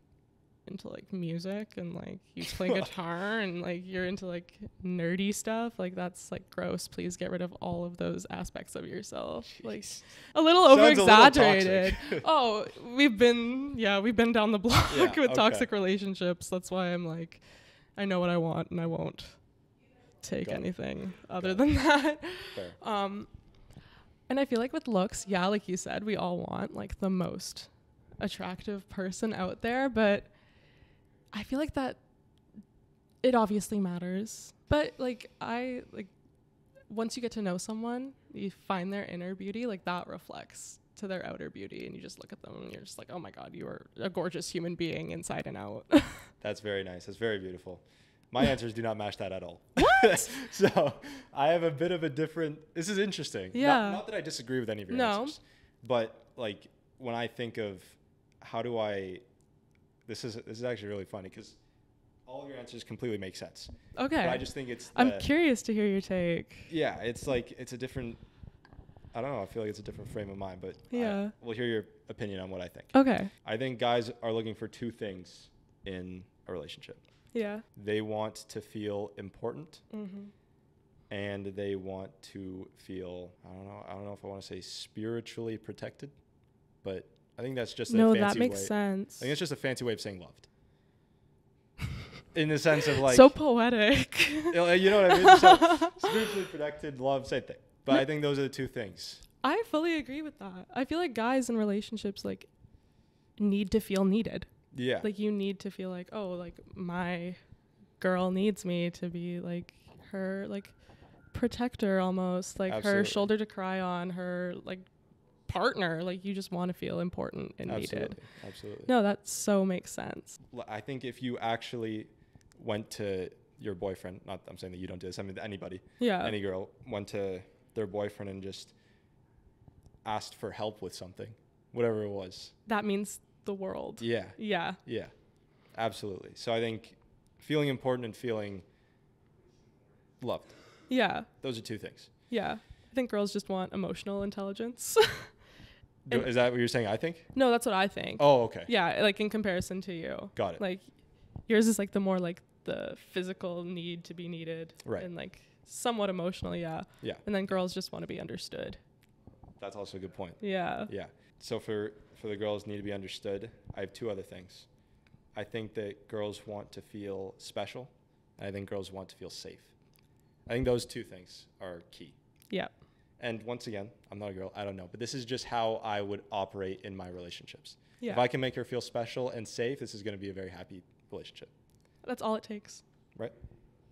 [SPEAKER 2] into like music and like you play guitar and like you're into like nerdy stuff. Like that's like gross. Please get rid of all of those aspects of yourself." Like
[SPEAKER 1] Jeez.
[SPEAKER 2] a little
[SPEAKER 1] Sounds a
[SPEAKER 2] over
[SPEAKER 1] little toxic.
[SPEAKER 2] exaggerated. oh, we've been yeah, we've been down the block
[SPEAKER 1] Yeah,
[SPEAKER 2] with
[SPEAKER 1] okay.
[SPEAKER 2] toxic relationships. That's why I'm like, I know what I want and I won't take
[SPEAKER 1] Got it.
[SPEAKER 2] anything other
[SPEAKER 1] it.
[SPEAKER 2] than that.
[SPEAKER 1] Fair.
[SPEAKER 2] Um, and I feel like with looks, yeah, like you said, we all want like the most attractive person out there, but I feel like that it obviously matters. But like I like once you get to know someone, you find their inner beauty, like that reflects to their outer beauty and you just look at them and you're just like, "Oh my god, you are a gorgeous human being inside and out."
[SPEAKER 1] That's very nice. That's very beautiful. My answers do not match that at all. What? so I have a bit of a different. This is interesting. Not-
[SPEAKER 2] Yeah.
[SPEAKER 1] Not, that I disagree with any of your
[SPEAKER 2] No.
[SPEAKER 1] answers, but like when I think of how do I, this is this is actually really funny because all of your answers completely make sense.
[SPEAKER 2] okay.
[SPEAKER 1] But I just uh, think it's.
[SPEAKER 2] I'm
[SPEAKER 1] the-
[SPEAKER 2] curious to hear your take.
[SPEAKER 1] Yeah, it's like it's a different. I don't know. I feel like it's a different frame of mind, but I-
[SPEAKER 2] Yeah.
[SPEAKER 1] we'll hear your opinion on what I think.
[SPEAKER 2] Okay.
[SPEAKER 1] I think guys are looking for two things in a relationship.
[SPEAKER 2] Yeah.
[SPEAKER 1] They want to feel important
[SPEAKER 2] Mhm.
[SPEAKER 1] and they want to feel I don't know, I don't know if I want to say spiritually protected, but I think that's just
[SPEAKER 2] No,
[SPEAKER 1] a fancy
[SPEAKER 2] that makes
[SPEAKER 1] way. I
[SPEAKER 2] sense.
[SPEAKER 1] think it's just a fancy way of saying loved. In the sense of like
[SPEAKER 2] so poetic.
[SPEAKER 1] you know- you know what I mean? So spiritually protected, love, same thing. But I think those are the two things.
[SPEAKER 2] I fully agree with that. I feel like guys in relationships like need to feel needed.
[SPEAKER 1] Yeah.
[SPEAKER 2] Like you need to feel like, oh, like my girl needs me to be like her like protector almost, like her
[SPEAKER 1] Absolutely.
[SPEAKER 2] shoulder to cry on, her like partner. Like you just want to feel important and
[SPEAKER 1] absolutely.
[SPEAKER 2] needed.
[SPEAKER 1] Absolutely.
[SPEAKER 2] No, that so makes sense.
[SPEAKER 1] l- I think if you actually went to your boyfriend, not I'm saying that you don't do this, I mean anybody,
[SPEAKER 2] Yeah.
[SPEAKER 1] any girl went to their boyfriend and just asked for help with something, whatever it was.
[SPEAKER 2] that means the world.
[SPEAKER 1] Yeah,
[SPEAKER 2] Yeah.
[SPEAKER 1] yeah, absolutely. So I think feeling important and feeling loved,
[SPEAKER 2] Yeah.
[SPEAKER 1] those are two things.
[SPEAKER 2] Yeah. I think girls just want emotional intelligence.
[SPEAKER 1] Do-
[SPEAKER 2] And-
[SPEAKER 1] Is that what you're saying? I think.
[SPEAKER 2] no, that's what I think.
[SPEAKER 1] Oh, okay.
[SPEAKER 2] Yeah, like in comparison to you.
[SPEAKER 1] Got it.
[SPEAKER 2] Like yours is like the more like the physical need to be needed.
[SPEAKER 1] Right.
[SPEAKER 2] And like somewhat emotional, yeah.
[SPEAKER 1] Yeah,
[SPEAKER 2] And then girls just want to be understood.
[SPEAKER 1] that's also a good point.
[SPEAKER 2] Yeah.
[SPEAKER 1] Yeah. So for for the girls need to be understood. I have two other things. I think that girls want to feel special, and I think girls want to feel safe. I think those two things are key.
[SPEAKER 2] Yeah.
[SPEAKER 1] And once again, I'm not a girl. I don't know, but this is just how I would operate in my relationships.
[SPEAKER 2] Yeah.
[SPEAKER 1] If I can make her feel special and safe, this is going to be a very happy relationship,
[SPEAKER 2] That's all it takes.
[SPEAKER 1] right?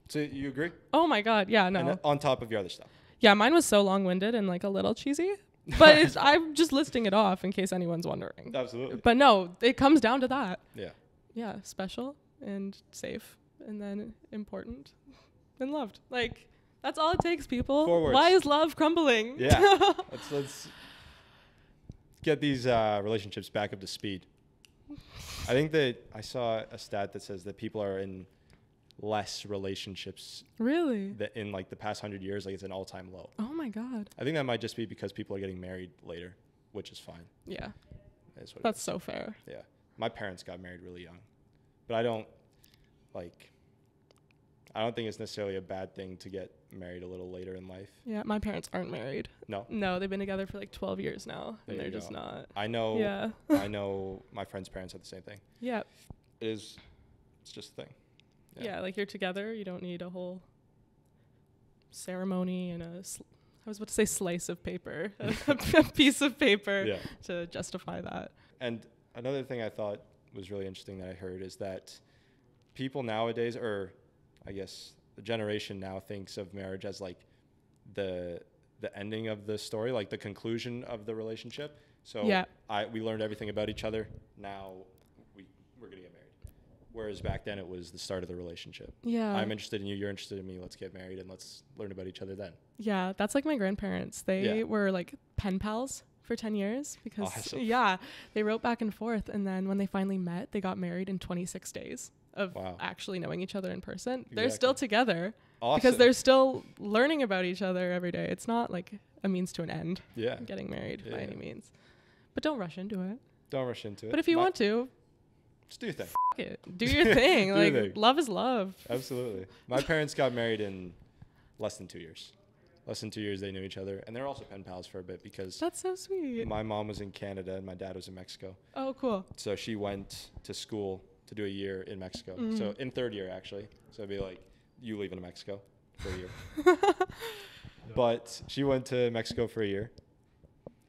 [SPEAKER 1] So you agree?
[SPEAKER 2] Oh my god, yeah, no.
[SPEAKER 1] And then on top of your other stuff.
[SPEAKER 2] yeah, mine was so long winded and like a little cheesy. But it's, I'm just listing it off in case anyone's wondering.
[SPEAKER 1] Absolutely.
[SPEAKER 2] But no, it comes down to that.
[SPEAKER 1] Yeah.
[SPEAKER 2] yeah, special and safe and then important and loved. Like that's all it takes, people.
[SPEAKER 1] Forwards.
[SPEAKER 2] Why is love crumbling?
[SPEAKER 1] Yeah. let's let's get these uh, relationships back up to speed. I think that I saw a stat that says that people are in less relationships
[SPEAKER 2] really?
[SPEAKER 1] that in like the past hundred years, like it's an all-time low.
[SPEAKER 2] Oh my god.
[SPEAKER 1] I think that might just be because people are getting married later, which is fine.
[SPEAKER 2] Yeah.
[SPEAKER 1] That's what. it
[SPEAKER 2] That's so fair.
[SPEAKER 1] is. yeah. My parents got married really young, but I don't like I don't think it's necessarily a bad thing to get married a little later in life.
[SPEAKER 2] Yeah, my parents aren't married.
[SPEAKER 1] No.
[SPEAKER 2] No, they've been together for like 12 years now,
[SPEAKER 1] There
[SPEAKER 2] and they're
[SPEAKER 1] you
[SPEAKER 2] just
[SPEAKER 1] go. Oh.
[SPEAKER 2] not.
[SPEAKER 1] I know
[SPEAKER 2] Yeah.
[SPEAKER 1] I know my friend's parents had the same thing.
[SPEAKER 2] Yeah.
[SPEAKER 1] It is it's just a thing.
[SPEAKER 2] yeah. like you're together. You don't need a whole ceremony and a. Sl- I was about to say slice of paper, a piece of paper
[SPEAKER 1] Yeah.
[SPEAKER 2] to justify that.
[SPEAKER 1] And another thing I thought was really interesting that I heard is that people nowadays, or I guess the generation now, thinks of marriage as like the the ending of the story, like the conclusion of the relationship. So
[SPEAKER 2] Yeah.
[SPEAKER 1] I we learned everything about each other. Now we we're gonna get married. Whereas back then it was the start of the relationship.
[SPEAKER 2] Yeah.
[SPEAKER 1] I'm interested in you. You're interested in me. Let's get married and let's learn about each other then.
[SPEAKER 2] Yeah, that's like my grandparents. They
[SPEAKER 1] Yeah.
[SPEAKER 2] were like pen pals for 10 years because
[SPEAKER 1] Awesome.
[SPEAKER 2] yeah, they wrote back and forth and then when they finally met, they got married in 26 days of
[SPEAKER 1] Wow.
[SPEAKER 2] actually knowing each other in person. They're still together
[SPEAKER 1] Awesome.
[SPEAKER 2] because they're still learning about each other every day. It's not like a means to an end
[SPEAKER 1] yeah.
[SPEAKER 2] getting married by
[SPEAKER 1] Uh, Yeah.
[SPEAKER 2] any means. But don't rush into it.
[SPEAKER 1] Don't rush into it.
[SPEAKER 2] But if you
[SPEAKER 1] Not-
[SPEAKER 2] want to,
[SPEAKER 1] just do your thing.
[SPEAKER 2] f- it. Do your thing.
[SPEAKER 1] Do your
[SPEAKER 2] like
[SPEAKER 1] thing. Uh,
[SPEAKER 2] love is love.
[SPEAKER 1] Absolutely. My parents got married in less than two years. Less than two years they knew each other, and they were also pen pals for a bit because
[SPEAKER 2] That's so sweet.
[SPEAKER 1] my mom was in Canada and my dad was in Mexico.
[SPEAKER 2] Oh, cool.
[SPEAKER 1] So she went to school to do a year in Mexico. So in third year actually. So it'd be like you leaving to Mexico for a year. but she went to Mexico for a year.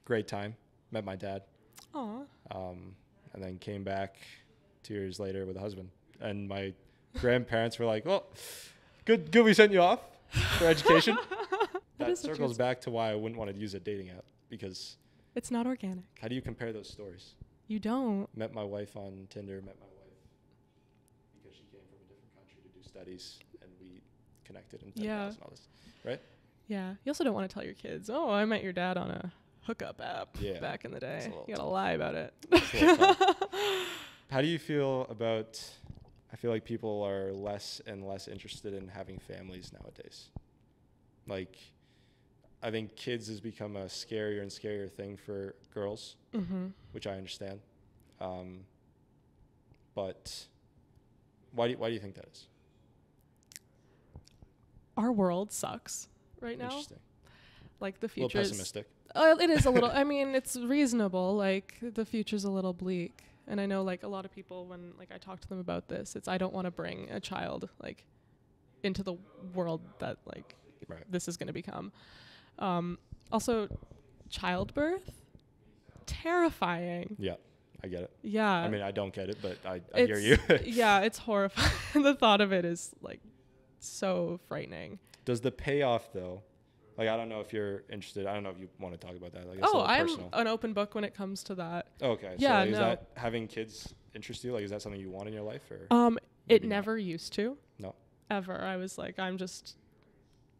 [SPEAKER 1] Great time. Met my dad,
[SPEAKER 2] Aw.
[SPEAKER 1] um, and then came back two years later with a husband. And my grandparents were like, "Well, good, good, we sent you off for education."
[SPEAKER 2] That
[SPEAKER 1] that
[SPEAKER 2] is such a
[SPEAKER 1] circles
[SPEAKER 2] good-
[SPEAKER 1] back to why I wouldn't want to use a dating app because
[SPEAKER 2] It's not organic.
[SPEAKER 1] how do you compare those stories?
[SPEAKER 2] You don't.
[SPEAKER 1] Met my wife on Tinder, met my wife because she came from a different country to do studies, and we connected and
[SPEAKER 2] Yeah.
[SPEAKER 1] yeah. and all this, right?
[SPEAKER 2] Yeah. You also don't want to tell your kids, oh, I met your dad on a hookup app
[SPEAKER 1] Yeah.
[SPEAKER 2] back in the
[SPEAKER 1] It's a
[SPEAKER 2] day.
[SPEAKER 1] little
[SPEAKER 2] You got to lie about it.
[SPEAKER 1] a little How do you feel about? I feel like people are less and less interested in having families nowadays. Like, I think kids has become a scarier and scarier thing for girls,
[SPEAKER 2] hmm
[SPEAKER 1] which I understand. Um, but why do you, why do you think that is?
[SPEAKER 2] Our world sucks right now.
[SPEAKER 1] Interesting.
[SPEAKER 2] Like the
[SPEAKER 1] A little
[SPEAKER 2] future is.
[SPEAKER 1] pessimistic.
[SPEAKER 2] Uh, it is a little. I mean, it's reasonable. Like the future's a little bleak, and I know like a lot of people when like I talk to them about this, it's I don't want to bring a child like into the world that like
[SPEAKER 1] Right.
[SPEAKER 2] this is going to become. Um, also, childbirth, terrifying.
[SPEAKER 1] Yeah, I get it.
[SPEAKER 2] Yeah.
[SPEAKER 1] I mean, I don't get it, but I, I hear you.
[SPEAKER 2] Uh, It's- yeah, it's horrifying. the thought of it is like so frightening.
[SPEAKER 1] Does the payoff though? Like, I don't know if you're interested. I don't know if you want to talk about that. Like, it's a
[SPEAKER 2] Oh,
[SPEAKER 1] little
[SPEAKER 2] I'm
[SPEAKER 1] personal.
[SPEAKER 2] an open book when it comes to that.
[SPEAKER 1] Okay.
[SPEAKER 2] Yeah,
[SPEAKER 1] so is
[SPEAKER 2] no.
[SPEAKER 1] that having kids interest you? Like, is that something you want in your life or
[SPEAKER 2] Um, it
[SPEAKER 1] Maybe not.
[SPEAKER 2] never used to.
[SPEAKER 1] No.
[SPEAKER 2] Ever. I was like, I'm just,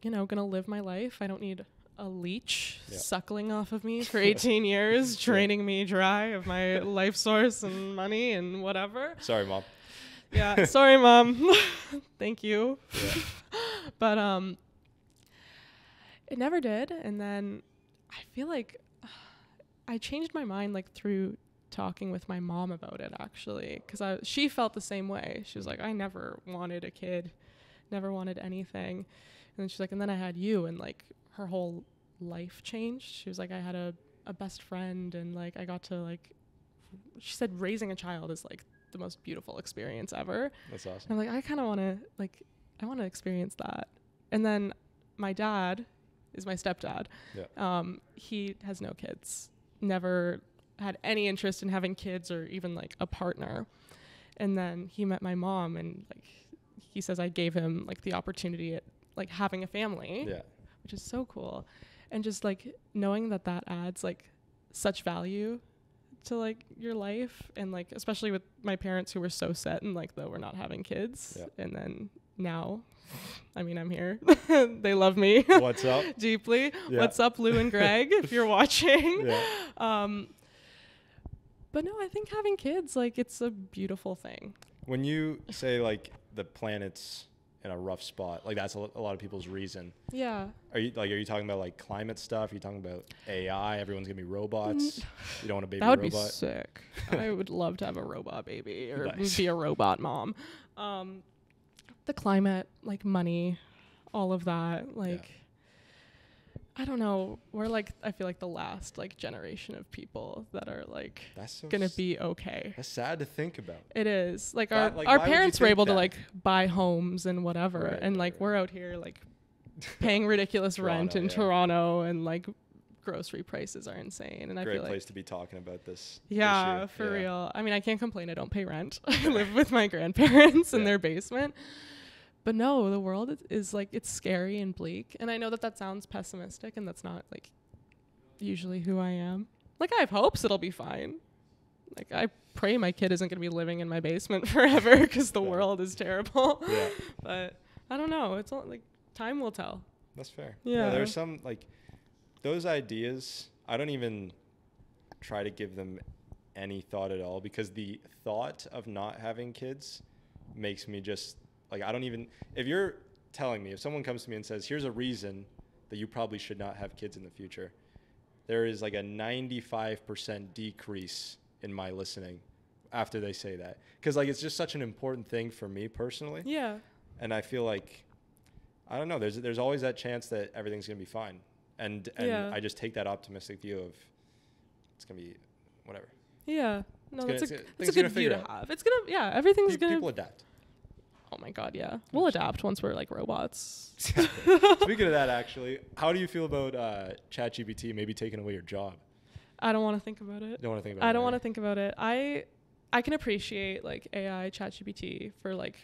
[SPEAKER 2] you know, gonna live my life. I don't need a leech
[SPEAKER 1] Yeah.
[SPEAKER 2] suckling off of me for 18 years, draining me dry of my life source and money and whatever.
[SPEAKER 1] Sorry, mom.
[SPEAKER 2] yeah sorry mom thank you
[SPEAKER 1] Yeah.
[SPEAKER 2] but um it never did and then i feel like i changed my mind like through talking with my mom about it actually because i she felt the same way she was like i never wanted a kid never wanted anything and then she's like and then i had you and like her whole life changed she was like i had a, a best friend and like i got to like she said raising a child is like the most beautiful experience ever.
[SPEAKER 1] That's
[SPEAKER 2] And
[SPEAKER 1] awesome.
[SPEAKER 2] I'm like, I kind of want to like, I want to experience that. And then my dad is my stepdad.
[SPEAKER 1] Yeah.
[SPEAKER 2] Um, he has no kids. Never had any interest in having kids or even like a partner. And then he met my mom, and like, he says I gave him like the opportunity at like having a family
[SPEAKER 1] Yeah.
[SPEAKER 2] which is so cool and just like knowing that that adds like such value to like your life and like especially with my parents who were so set and like though we're not having kids
[SPEAKER 1] Yeah.
[SPEAKER 2] and then now i mean i'm here they love me
[SPEAKER 1] What's up?
[SPEAKER 2] deeply
[SPEAKER 1] Yeah.
[SPEAKER 2] what's up lou and greg if you're watching
[SPEAKER 1] Yeah.
[SPEAKER 2] um but no i think having kids like it's a beautiful thing
[SPEAKER 1] When you say like the planet's in a rough spot, like that's a lo- a lot of people's reason.
[SPEAKER 2] yeah
[SPEAKER 1] Are you like are you talking about like climate stuff? Are you talking about AI? Everyone's gonna be robots. You don't want a baby
[SPEAKER 2] Mm. that would be
[SPEAKER 1] robot.
[SPEAKER 2] sick. I would love to have a robot baby or
[SPEAKER 1] Nice.
[SPEAKER 2] be a robot mom. Um, the climate, like money, all of that, like I don't know. We're like I feel like the last like generation of people that are like
[SPEAKER 1] That's so
[SPEAKER 2] gonna
[SPEAKER 1] s-
[SPEAKER 2] be okay.
[SPEAKER 1] That's sad to think about.
[SPEAKER 2] It is like
[SPEAKER 1] That-
[SPEAKER 2] our
[SPEAKER 1] like,
[SPEAKER 2] our
[SPEAKER 1] why would you
[SPEAKER 2] parents were
[SPEAKER 1] think
[SPEAKER 2] able to
[SPEAKER 1] that?
[SPEAKER 2] like buy homes and whatever,
[SPEAKER 1] Right,
[SPEAKER 2] and
[SPEAKER 1] right,
[SPEAKER 2] like
[SPEAKER 1] right.
[SPEAKER 2] we're out here like paying ridiculous rent
[SPEAKER 1] Toronto,
[SPEAKER 2] in
[SPEAKER 1] yeah.
[SPEAKER 2] Toronto, and like grocery prices are insane. And I
[SPEAKER 1] Great
[SPEAKER 2] feel like
[SPEAKER 1] place to be talking about this.
[SPEAKER 2] yeah,
[SPEAKER 1] issue.
[SPEAKER 2] for
[SPEAKER 1] Yeah.
[SPEAKER 2] real. I mean, I can't complain. I don't pay rent. I live with my grandparents in
[SPEAKER 1] Yeah.
[SPEAKER 2] their basement. But no, the world is, is like it's scary and bleak. And I know that that sounds pessimistic, and that's not like usually who I am. Like I have hopes it'll be fine. Like I pray my kid isn't going to be living in my basement forever because the
[SPEAKER 1] Yeah.
[SPEAKER 2] world is terrible.
[SPEAKER 1] Yeah,
[SPEAKER 2] But I don't know. It's all, like time will tell.
[SPEAKER 1] that's fair.
[SPEAKER 2] Yeah.
[SPEAKER 1] there's some like those ideas. I don't even try to give them any thought at all because the thought of not having kids makes me just like I don't even. If you're telling me, if someone comes to me and says, "Here's a reason that you probably should not have kids in the future," there is like a 95% decrease in my listening after they say that because like it's just such an important thing for me personally.
[SPEAKER 2] Yeah.
[SPEAKER 1] and I feel like I don't know. There's there's always that chance that everything's gonna be fine, and and
[SPEAKER 2] Yeah.
[SPEAKER 1] I just take that optimistic view of it's gonna be whatever.
[SPEAKER 2] Yeah. No,
[SPEAKER 1] gonna-
[SPEAKER 2] that's
[SPEAKER 1] it's
[SPEAKER 2] a,
[SPEAKER 1] gonna-
[SPEAKER 2] that's a
[SPEAKER 1] things are
[SPEAKER 2] good
[SPEAKER 1] gonna
[SPEAKER 2] view to
[SPEAKER 1] figure out.
[SPEAKER 2] have. It's going to, yeah, everything's
[SPEAKER 1] Pe-
[SPEAKER 2] going to
[SPEAKER 1] People adapt.
[SPEAKER 2] Oh my god, yeah. We'll adapt once we're like robots.
[SPEAKER 1] Speaking of that, actually, how do you feel about uh, ChatGPT maybe taking away your job?
[SPEAKER 2] I don't want to think about it.
[SPEAKER 1] Don't want to think about.
[SPEAKER 2] I don't want to think about it. I I can appreciate like AI, ChatGPT for like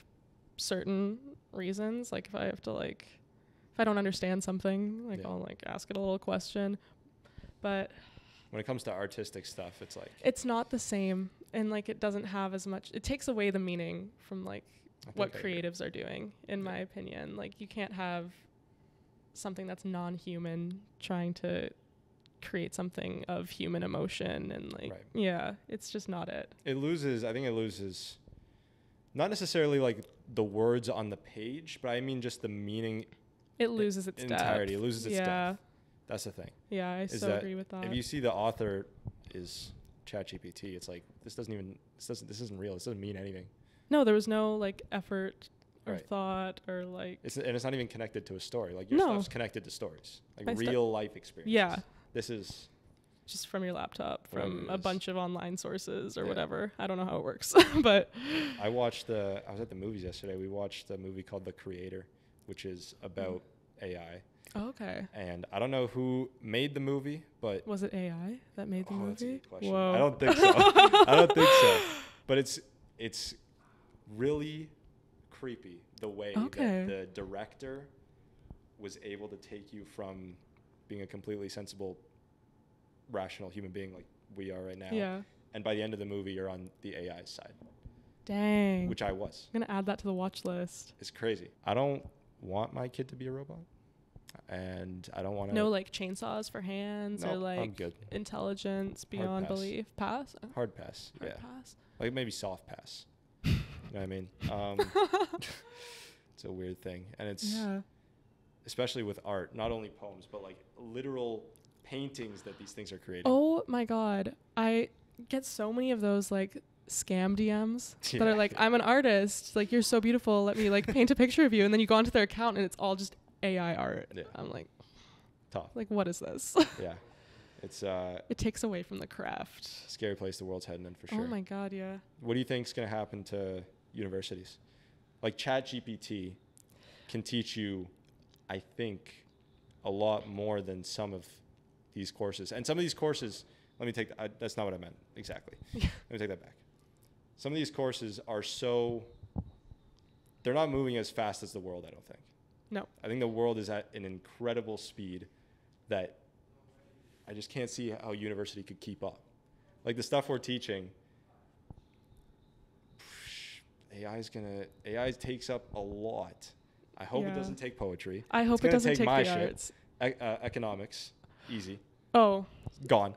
[SPEAKER 2] certain reasons. Like if I have to like if I don't understand something, like
[SPEAKER 1] Yeah.
[SPEAKER 2] I'll like ask it a little question. But
[SPEAKER 1] When it comes to artistic stuff, it's like
[SPEAKER 2] it's not the same and like it doesn't have as much it takes away the meaning from like
[SPEAKER 1] I think
[SPEAKER 2] what
[SPEAKER 1] I agree.
[SPEAKER 2] creatives are doing in
[SPEAKER 1] Yeah.
[SPEAKER 2] my opinion like you can't have something that's non-human trying to create something of human emotion and like
[SPEAKER 1] Right.
[SPEAKER 2] yeah it's just not it
[SPEAKER 1] it loses. I think it loses. Not necessarily like the words on the page, but I mean just the meaning
[SPEAKER 2] it loses its
[SPEAKER 1] E-, entirety. It
[SPEAKER 2] depth.
[SPEAKER 1] loses its
[SPEAKER 2] yeah
[SPEAKER 1] depth. That's the thing.
[SPEAKER 2] yeah i
[SPEAKER 1] is
[SPEAKER 2] so
[SPEAKER 1] that
[SPEAKER 2] agree with that
[SPEAKER 1] If you see the author is ChatGPT, it's like this doesn't even this doesn't this isn't real. This doesn't mean anything.
[SPEAKER 2] no there was no like effort or
[SPEAKER 1] Right.
[SPEAKER 2] thought or like
[SPEAKER 1] It's and it's not even connected to a story. Like your
[SPEAKER 2] No.
[SPEAKER 1] stuff's connected to stories, like
[SPEAKER 2] My stu-
[SPEAKER 1] real life experiences.
[SPEAKER 2] yeah
[SPEAKER 1] This is
[SPEAKER 2] just from your laptop
[SPEAKER 1] Whatever
[SPEAKER 2] from
[SPEAKER 1] it
[SPEAKER 2] a
[SPEAKER 1] is.
[SPEAKER 2] bunch of online sources or
[SPEAKER 1] Yeah.
[SPEAKER 2] whatever i don't know how it works but
[SPEAKER 1] I watched the I was at the movies yesterday. We watched a movie called The Creator, which is about AI.
[SPEAKER 2] oh, okay
[SPEAKER 1] And I don't know who made the movie, but
[SPEAKER 2] was it ai that made the
[SPEAKER 1] oh,
[SPEAKER 2] movie
[SPEAKER 1] that's a good question.
[SPEAKER 2] Whoa.
[SPEAKER 1] I don't think so. I don't think so. But it's it's really creepy the way
[SPEAKER 2] Okay.
[SPEAKER 1] that the director was able to take you from being a completely sensible, rational human being like we are right now,
[SPEAKER 2] yeah
[SPEAKER 1] and by the end of the movie, you're on the AI side,
[SPEAKER 2] dang
[SPEAKER 1] which I was.
[SPEAKER 2] i'm gonna add that to the watch list
[SPEAKER 1] It's crazy. I don't want my kid to be a robot, and I don't want to.
[SPEAKER 2] no like chainsaws for hands or
[SPEAKER 1] Nope, I'm
[SPEAKER 2] like
[SPEAKER 1] good.
[SPEAKER 2] intelligence beyond
[SPEAKER 1] pass.
[SPEAKER 2] belief pass Oh,
[SPEAKER 1] hard pass.
[SPEAKER 2] hard
[SPEAKER 1] yeah,
[SPEAKER 2] pass
[SPEAKER 1] like maybe soft pass. you know what I mean? Um, it's a weird thing, and it's.
[SPEAKER 2] yeah
[SPEAKER 1] especially with art, not only poems, but like literal paintings that these things are creating.
[SPEAKER 2] oh my god i get so many of those like scam DMs that
[SPEAKER 1] Yeah.
[SPEAKER 2] are like, I'm an artist, like you're so beautiful, let me like paint a picture of you, and then you go onto their account and it's all just AI art.
[SPEAKER 1] Yeah.
[SPEAKER 2] I'm like,
[SPEAKER 1] Tough.
[SPEAKER 2] like what is this?
[SPEAKER 1] Yeah. It's a
[SPEAKER 2] it takes away from the craft.
[SPEAKER 1] scary place the world's heading in for sure.
[SPEAKER 2] Oh my god, yeah.
[SPEAKER 1] What do you think's going to happen to universities? Like ChatGPT can teach you, I think, a lot more than some of these courses. And some of these courses, let me take I, that's not what I meant exactly. let me take that back. Some of these courses are so they're not moving as fast as the world. I don't think.
[SPEAKER 2] No.
[SPEAKER 1] I think the world is at an incredible speed that I just can't see how university could keep up. Like the stuff we're teaching, AI is gonna AI takes up a lot. I hope
[SPEAKER 2] Yeah.
[SPEAKER 1] it doesn't take poetry.
[SPEAKER 2] I hope it
[SPEAKER 1] gonna
[SPEAKER 2] doesn't
[SPEAKER 1] take
[SPEAKER 2] take,
[SPEAKER 1] my
[SPEAKER 2] the
[SPEAKER 1] shit.
[SPEAKER 2] arts.
[SPEAKER 1] E- uh, economics, easy,
[SPEAKER 2] Oh,
[SPEAKER 1] gone.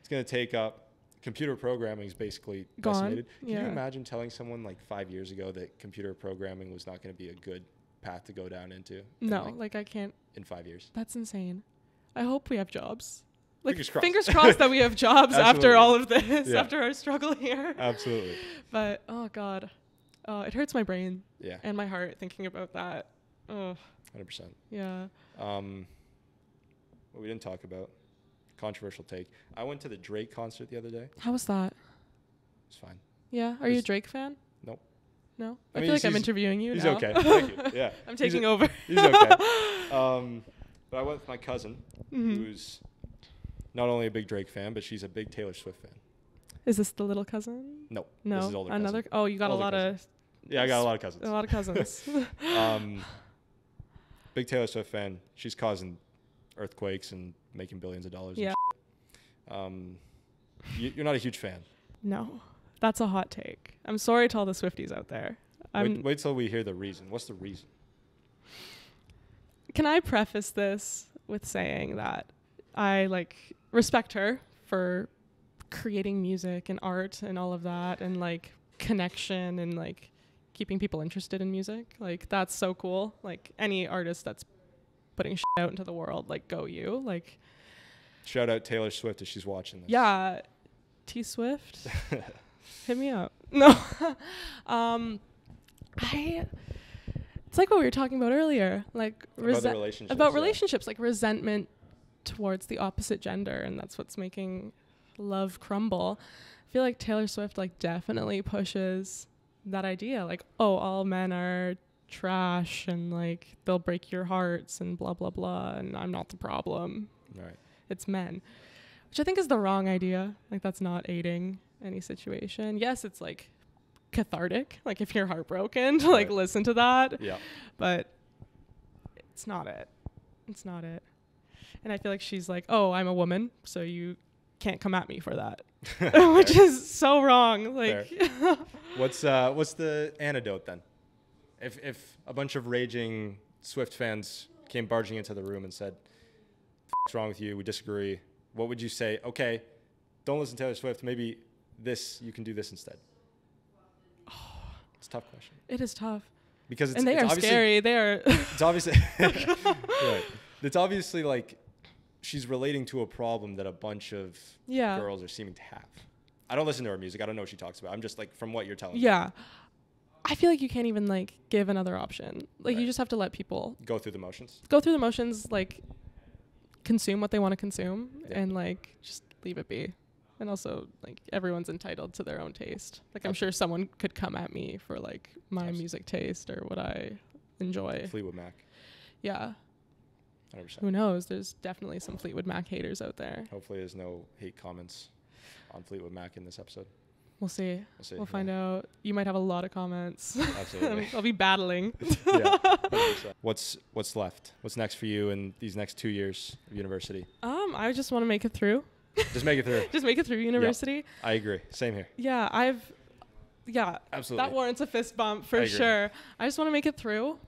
[SPEAKER 1] It's gonna take up computer programming is basically
[SPEAKER 2] Gone,
[SPEAKER 1] decimated. Can you
[SPEAKER 2] yeah.
[SPEAKER 1] imagine telling someone like five years ago that computer programming was not gonna be a good path to go down into? in,
[SPEAKER 2] no.
[SPEAKER 1] like,
[SPEAKER 2] Like I can't.
[SPEAKER 1] in five years.
[SPEAKER 2] That's insane. I hope we have jobs. Like
[SPEAKER 1] Fingers crossed.
[SPEAKER 2] crossed that we have jobs after
[SPEAKER 1] Absolutely.
[SPEAKER 2] all of this,
[SPEAKER 1] Yeah. Uh,
[SPEAKER 2] after our struggle here.
[SPEAKER 1] Absolutely.
[SPEAKER 2] But oh god. Oh, it hurts my brain
[SPEAKER 1] Yeah,
[SPEAKER 2] and my heart thinking about that. Oh,
[SPEAKER 1] hundred percent.
[SPEAKER 2] yeah.
[SPEAKER 1] Um, what we didn't talk about, controversial take. I went to the Drake concert the other day. It
[SPEAKER 2] How was that?
[SPEAKER 1] was fine.
[SPEAKER 2] Yeah. Are you a
[SPEAKER 1] Just-
[SPEAKER 2] Drake fan?
[SPEAKER 1] Nope.
[SPEAKER 2] No.
[SPEAKER 1] I
[SPEAKER 2] I,
[SPEAKER 1] mean,
[SPEAKER 2] feel like
[SPEAKER 1] he's-
[SPEAKER 2] I'm
[SPEAKER 1] he's-
[SPEAKER 2] interviewing you
[SPEAKER 1] he's
[SPEAKER 2] now.
[SPEAKER 1] okay. Thank you. Yeah.
[SPEAKER 2] I'm
[SPEAKER 1] He's
[SPEAKER 2] taking
[SPEAKER 1] a-
[SPEAKER 2] over.
[SPEAKER 1] He's okay. um, but I went with my cousin,
[SPEAKER 2] Mhm.
[SPEAKER 1] who's not only a big Drake fan, but she's a big Taylor Swift fan.
[SPEAKER 2] Is this the little cousin?
[SPEAKER 1] No,
[SPEAKER 2] No.
[SPEAKER 1] this is older cousin.
[SPEAKER 2] Another. Oh, you got
[SPEAKER 1] Older
[SPEAKER 2] a lot
[SPEAKER 1] Yeah, I got a lot of cousins.
[SPEAKER 2] of a lot of cousins.
[SPEAKER 1] um, big Taylor Swift fan. She's causing earthquakes and making billions of dollars.
[SPEAKER 2] Yeah.
[SPEAKER 1] And shit. Um, you, you're not a huge fan.
[SPEAKER 2] no, that's a hot take. I'm sorry to all the Swifties out there. I'm,
[SPEAKER 1] Wait, wait till we hear the reason. What's the reason?
[SPEAKER 2] Can I preface this with saying that I like respect her for creating music and art and all of that and like connection and like keeping people interested in music. Like that's so cool. Like any artist that's putting shit out into the world, like go you. Like
[SPEAKER 1] Shout out Taylor Swift if she's watching this.
[SPEAKER 2] yeah, T Swift, hit me up. No, um, I. It's like what we were talking about earlier, like
[SPEAKER 1] About the
[SPEAKER 2] resent-
[SPEAKER 1] relationships.
[SPEAKER 2] about
[SPEAKER 1] yeah.
[SPEAKER 2] relationships, like resentment towards the opposite gender, and that's what's making love crumble. I feel like Taylor Swift like definitely pushes that idea, like oh, all men are trash and like they'll break your hearts and blah blah blah, and I'm not the problem
[SPEAKER 1] Right.
[SPEAKER 2] it's men, which I think is the wrong idea. Like that's not aiding any situation. Yes, it's like cathartic. Like if you're heartbroken, to like
[SPEAKER 1] Right.
[SPEAKER 2] listen to that,
[SPEAKER 1] Yeah.
[SPEAKER 2] but it's not it. It's not it. And I feel like she's like, "Oh, I'm a woman, so you can't come at me for that." which is so wrong. Like
[SPEAKER 1] What's uh, what's the antidote then? If if a bunch of raging Swift fans came barging into the room and said, "What's wrong with you? We disagree." What would you say? Okay, don't listen to Taylor Swift. Maybe this you can do this instead. It's a tough question
[SPEAKER 2] it is tough.
[SPEAKER 1] because it's
[SPEAKER 2] and they
[SPEAKER 1] it's
[SPEAKER 2] are
[SPEAKER 1] obviously,
[SPEAKER 2] scary. They are
[SPEAKER 1] It's obviously Right. it's obviously like she's relating to a problem that a bunch of
[SPEAKER 2] Yeah.
[SPEAKER 1] girls are seeming to have. I don't listen to her music. I don't know what she talks about. I'm just like from what you're telling me.
[SPEAKER 2] yeah. I feel like you can't even like give another option. Like
[SPEAKER 1] Right.
[SPEAKER 2] you just have to let people
[SPEAKER 1] Go through the motions.
[SPEAKER 2] go through the motions, like consume what they want to consume,
[SPEAKER 1] Yeah.
[SPEAKER 2] and like just leave it be. And also, like everyone's entitled to their own taste. Like I'm sure someone could come at me for like my
[SPEAKER 1] Absolutely.
[SPEAKER 2] music taste or what I enjoy.
[SPEAKER 1] Fleetwood Mac,
[SPEAKER 2] Yeah,
[SPEAKER 1] 100%.
[SPEAKER 2] who knows? There's definitely some Fleetwood Mac haters out there.
[SPEAKER 1] Hopefully, there's no hate comments on Fleetwood Mac in this episode.
[SPEAKER 2] We'll see.
[SPEAKER 1] We'll see.
[SPEAKER 2] We'll find out. You might have a lot of comments.
[SPEAKER 1] Absolutely.
[SPEAKER 2] I'll be battling.
[SPEAKER 1] yeah, 100%. What's what's left? What's next for you in these next two years of university?
[SPEAKER 2] Um, I just want to make it through.
[SPEAKER 1] Just make it through.
[SPEAKER 2] Just make it through university.
[SPEAKER 1] I agree. Same here.
[SPEAKER 2] Yeah, I've. Yeah,
[SPEAKER 1] Absolutely.
[SPEAKER 2] That warrants a fist bump
[SPEAKER 1] I
[SPEAKER 2] for
[SPEAKER 1] agree.
[SPEAKER 2] sure. I just want to make it through,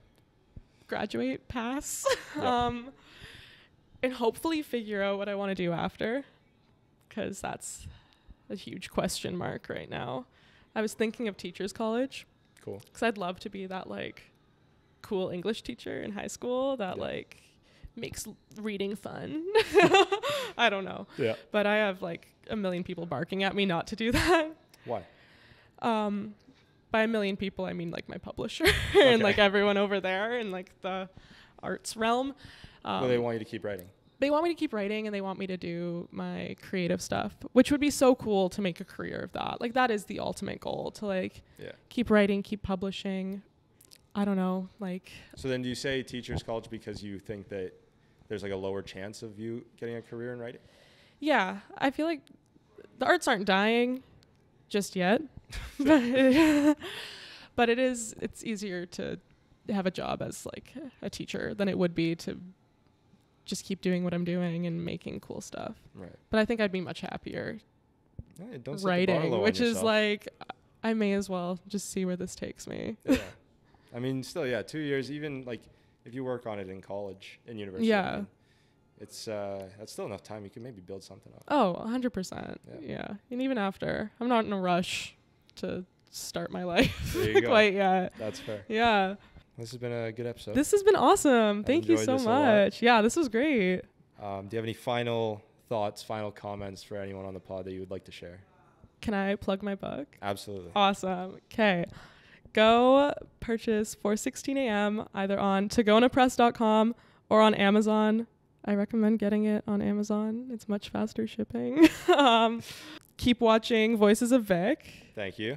[SPEAKER 2] graduate, pass,
[SPEAKER 1] Yep.
[SPEAKER 2] um, and hopefully figure out what I want to do after, because that's a huge question mark right now. I was thinking of teachers college
[SPEAKER 1] Cool.
[SPEAKER 2] because I'd love to be that like cool English teacher in high school that
[SPEAKER 1] Yeah.
[SPEAKER 2] like makes l- reading fun. I don't know,
[SPEAKER 1] Yeah.
[SPEAKER 2] but I have like a million people barking at me not to do that.
[SPEAKER 1] Why?
[SPEAKER 2] Um, by a million people, I mean like my publisher
[SPEAKER 1] Okay.
[SPEAKER 2] and like everyone over there in like the arts realm. Um,
[SPEAKER 1] well, they want you to keep writing.
[SPEAKER 2] they want me to keep writing and they want me to do my creative stuff, which would be so cool to make a career of that. Like that is the ultimate goal to like
[SPEAKER 1] Yeah.
[SPEAKER 2] keep writing, keep publishing. I don't know, like
[SPEAKER 1] So then, do you say teachers college because you think that there's like a lower chance of you getting a career in writing?
[SPEAKER 2] yeah, I feel like the arts aren't dying just yet. but but it is it's easier to have a job as like a teacher than it would be to just keep doing what I'm doing and making cool stuff.
[SPEAKER 1] Right.
[SPEAKER 2] But I think I'd be much happier
[SPEAKER 1] Yeah, don't set the bar low
[SPEAKER 2] writing,
[SPEAKER 1] on
[SPEAKER 2] which is
[SPEAKER 1] yourself.
[SPEAKER 2] like I may as well just see where this takes me.
[SPEAKER 1] yeah. I mean, still, yeah, two years. Even like if you work on it in college, in university, I
[SPEAKER 2] Yeah.
[SPEAKER 1] mean, it's uh, that's still enough time. You can maybe build something up.
[SPEAKER 2] Oh, 100%.
[SPEAKER 1] Yeah.
[SPEAKER 2] Yeah. And even after, I'm not in a rush to start my life
[SPEAKER 1] There you go.
[SPEAKER 2] quite yet.
[SPEAKER 1] That's fair.
[SPEAKER 2] Yeah.
[SPEAKER 1] This has been a good episode.
[SPEAKER 2] This has been awesome.
[SPEAKER 1] I
[SPEAKER 2] Thank you
[SPEAKER 1] enjoyed
[SPEAKER 2] so
[SPEAKER 1] this a lot.
[SPEAKER 2] much. Yeah, this was great.
[SPEAKER 1] um, do you have any final thoughts, final comments for anyone on the pod that you would like to share?
[SPEAKER 2] Can I plug my book?
[SPEAKER 1] Absolutely.
[SPEAKER 2] Awesome. Okay. go purchase 416 a.m. either on togonapress.com or on Amazon. I recommend getting it on Amazon. It's much faster shipping. um, keep watching Voices of Vic,
[SPEAKER 1] Thank you.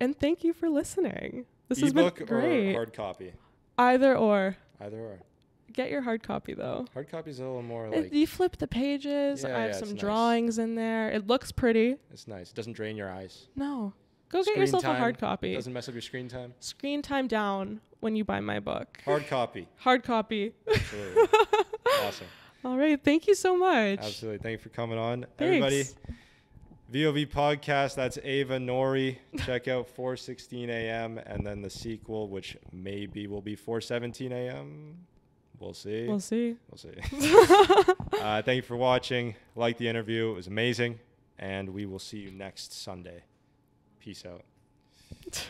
[SPEAKER 2] and thank you for listening. This has
[SPEAKER 1] Ebook
[SPEAKER 2] been
[SPEAKER 1] or
[SPEAKER 2] great.
[SPEAKER 1] hard copy?
[SPEAKER 2] either or.
[SPEAKER 1] Either or.
[SPEAKER 2] Get your hard copy though.
[SPEAKER 1] Hard copy is a little more
[SPEAKER 2] Uh,
[SPEAKER 1] like
[SPEAKER 2] you flip the pages.
[SPEAKER 1] Yeah,
[SPEAKER 2] I have
[SPEAKER 1] yeah, it's
[SPEAKER 2] some
[SPEAKER 1] nice.
[SPEAKER 2] drawings in there. It looks pretty.
[SPEAKER 1] it's nice. It doesn't drain your eyes.
[SPEAKER 2] No. Go get
[SPEAKER 1] Screen
[SPEAKER 2] yourself
[SPEAKER 1] time
[SPEAKER 2] a hard copy.
[SPEAKER 1] Doesn't mess up your screen time.
[SPEAKER 2] Screen time down when you buy my book.
[SPEAKER 1] Hard copy.
[SPEAKER 2] Hard copy.
[SPEAKER 1] Absolutely. awesome.
[SPEAKER 2] All right. Thank you so much.
[SPEAKER 1] Absolutely. Thank you for coming on. Everybody,
[SPEAKER 2] Thanks.
[SPEAKER 1] VOV podcast. That's Ava Nori. Check out 4:16 a.m. and then the sequel, which maybe will be 4:17 a.m. We'll see.
[SPEAKER 2] We'll see.
[SPEAKER 1] We'll see. uh, thank you for watching. Like the interview. It was amazing, and we will see you next Sunday. Peace out.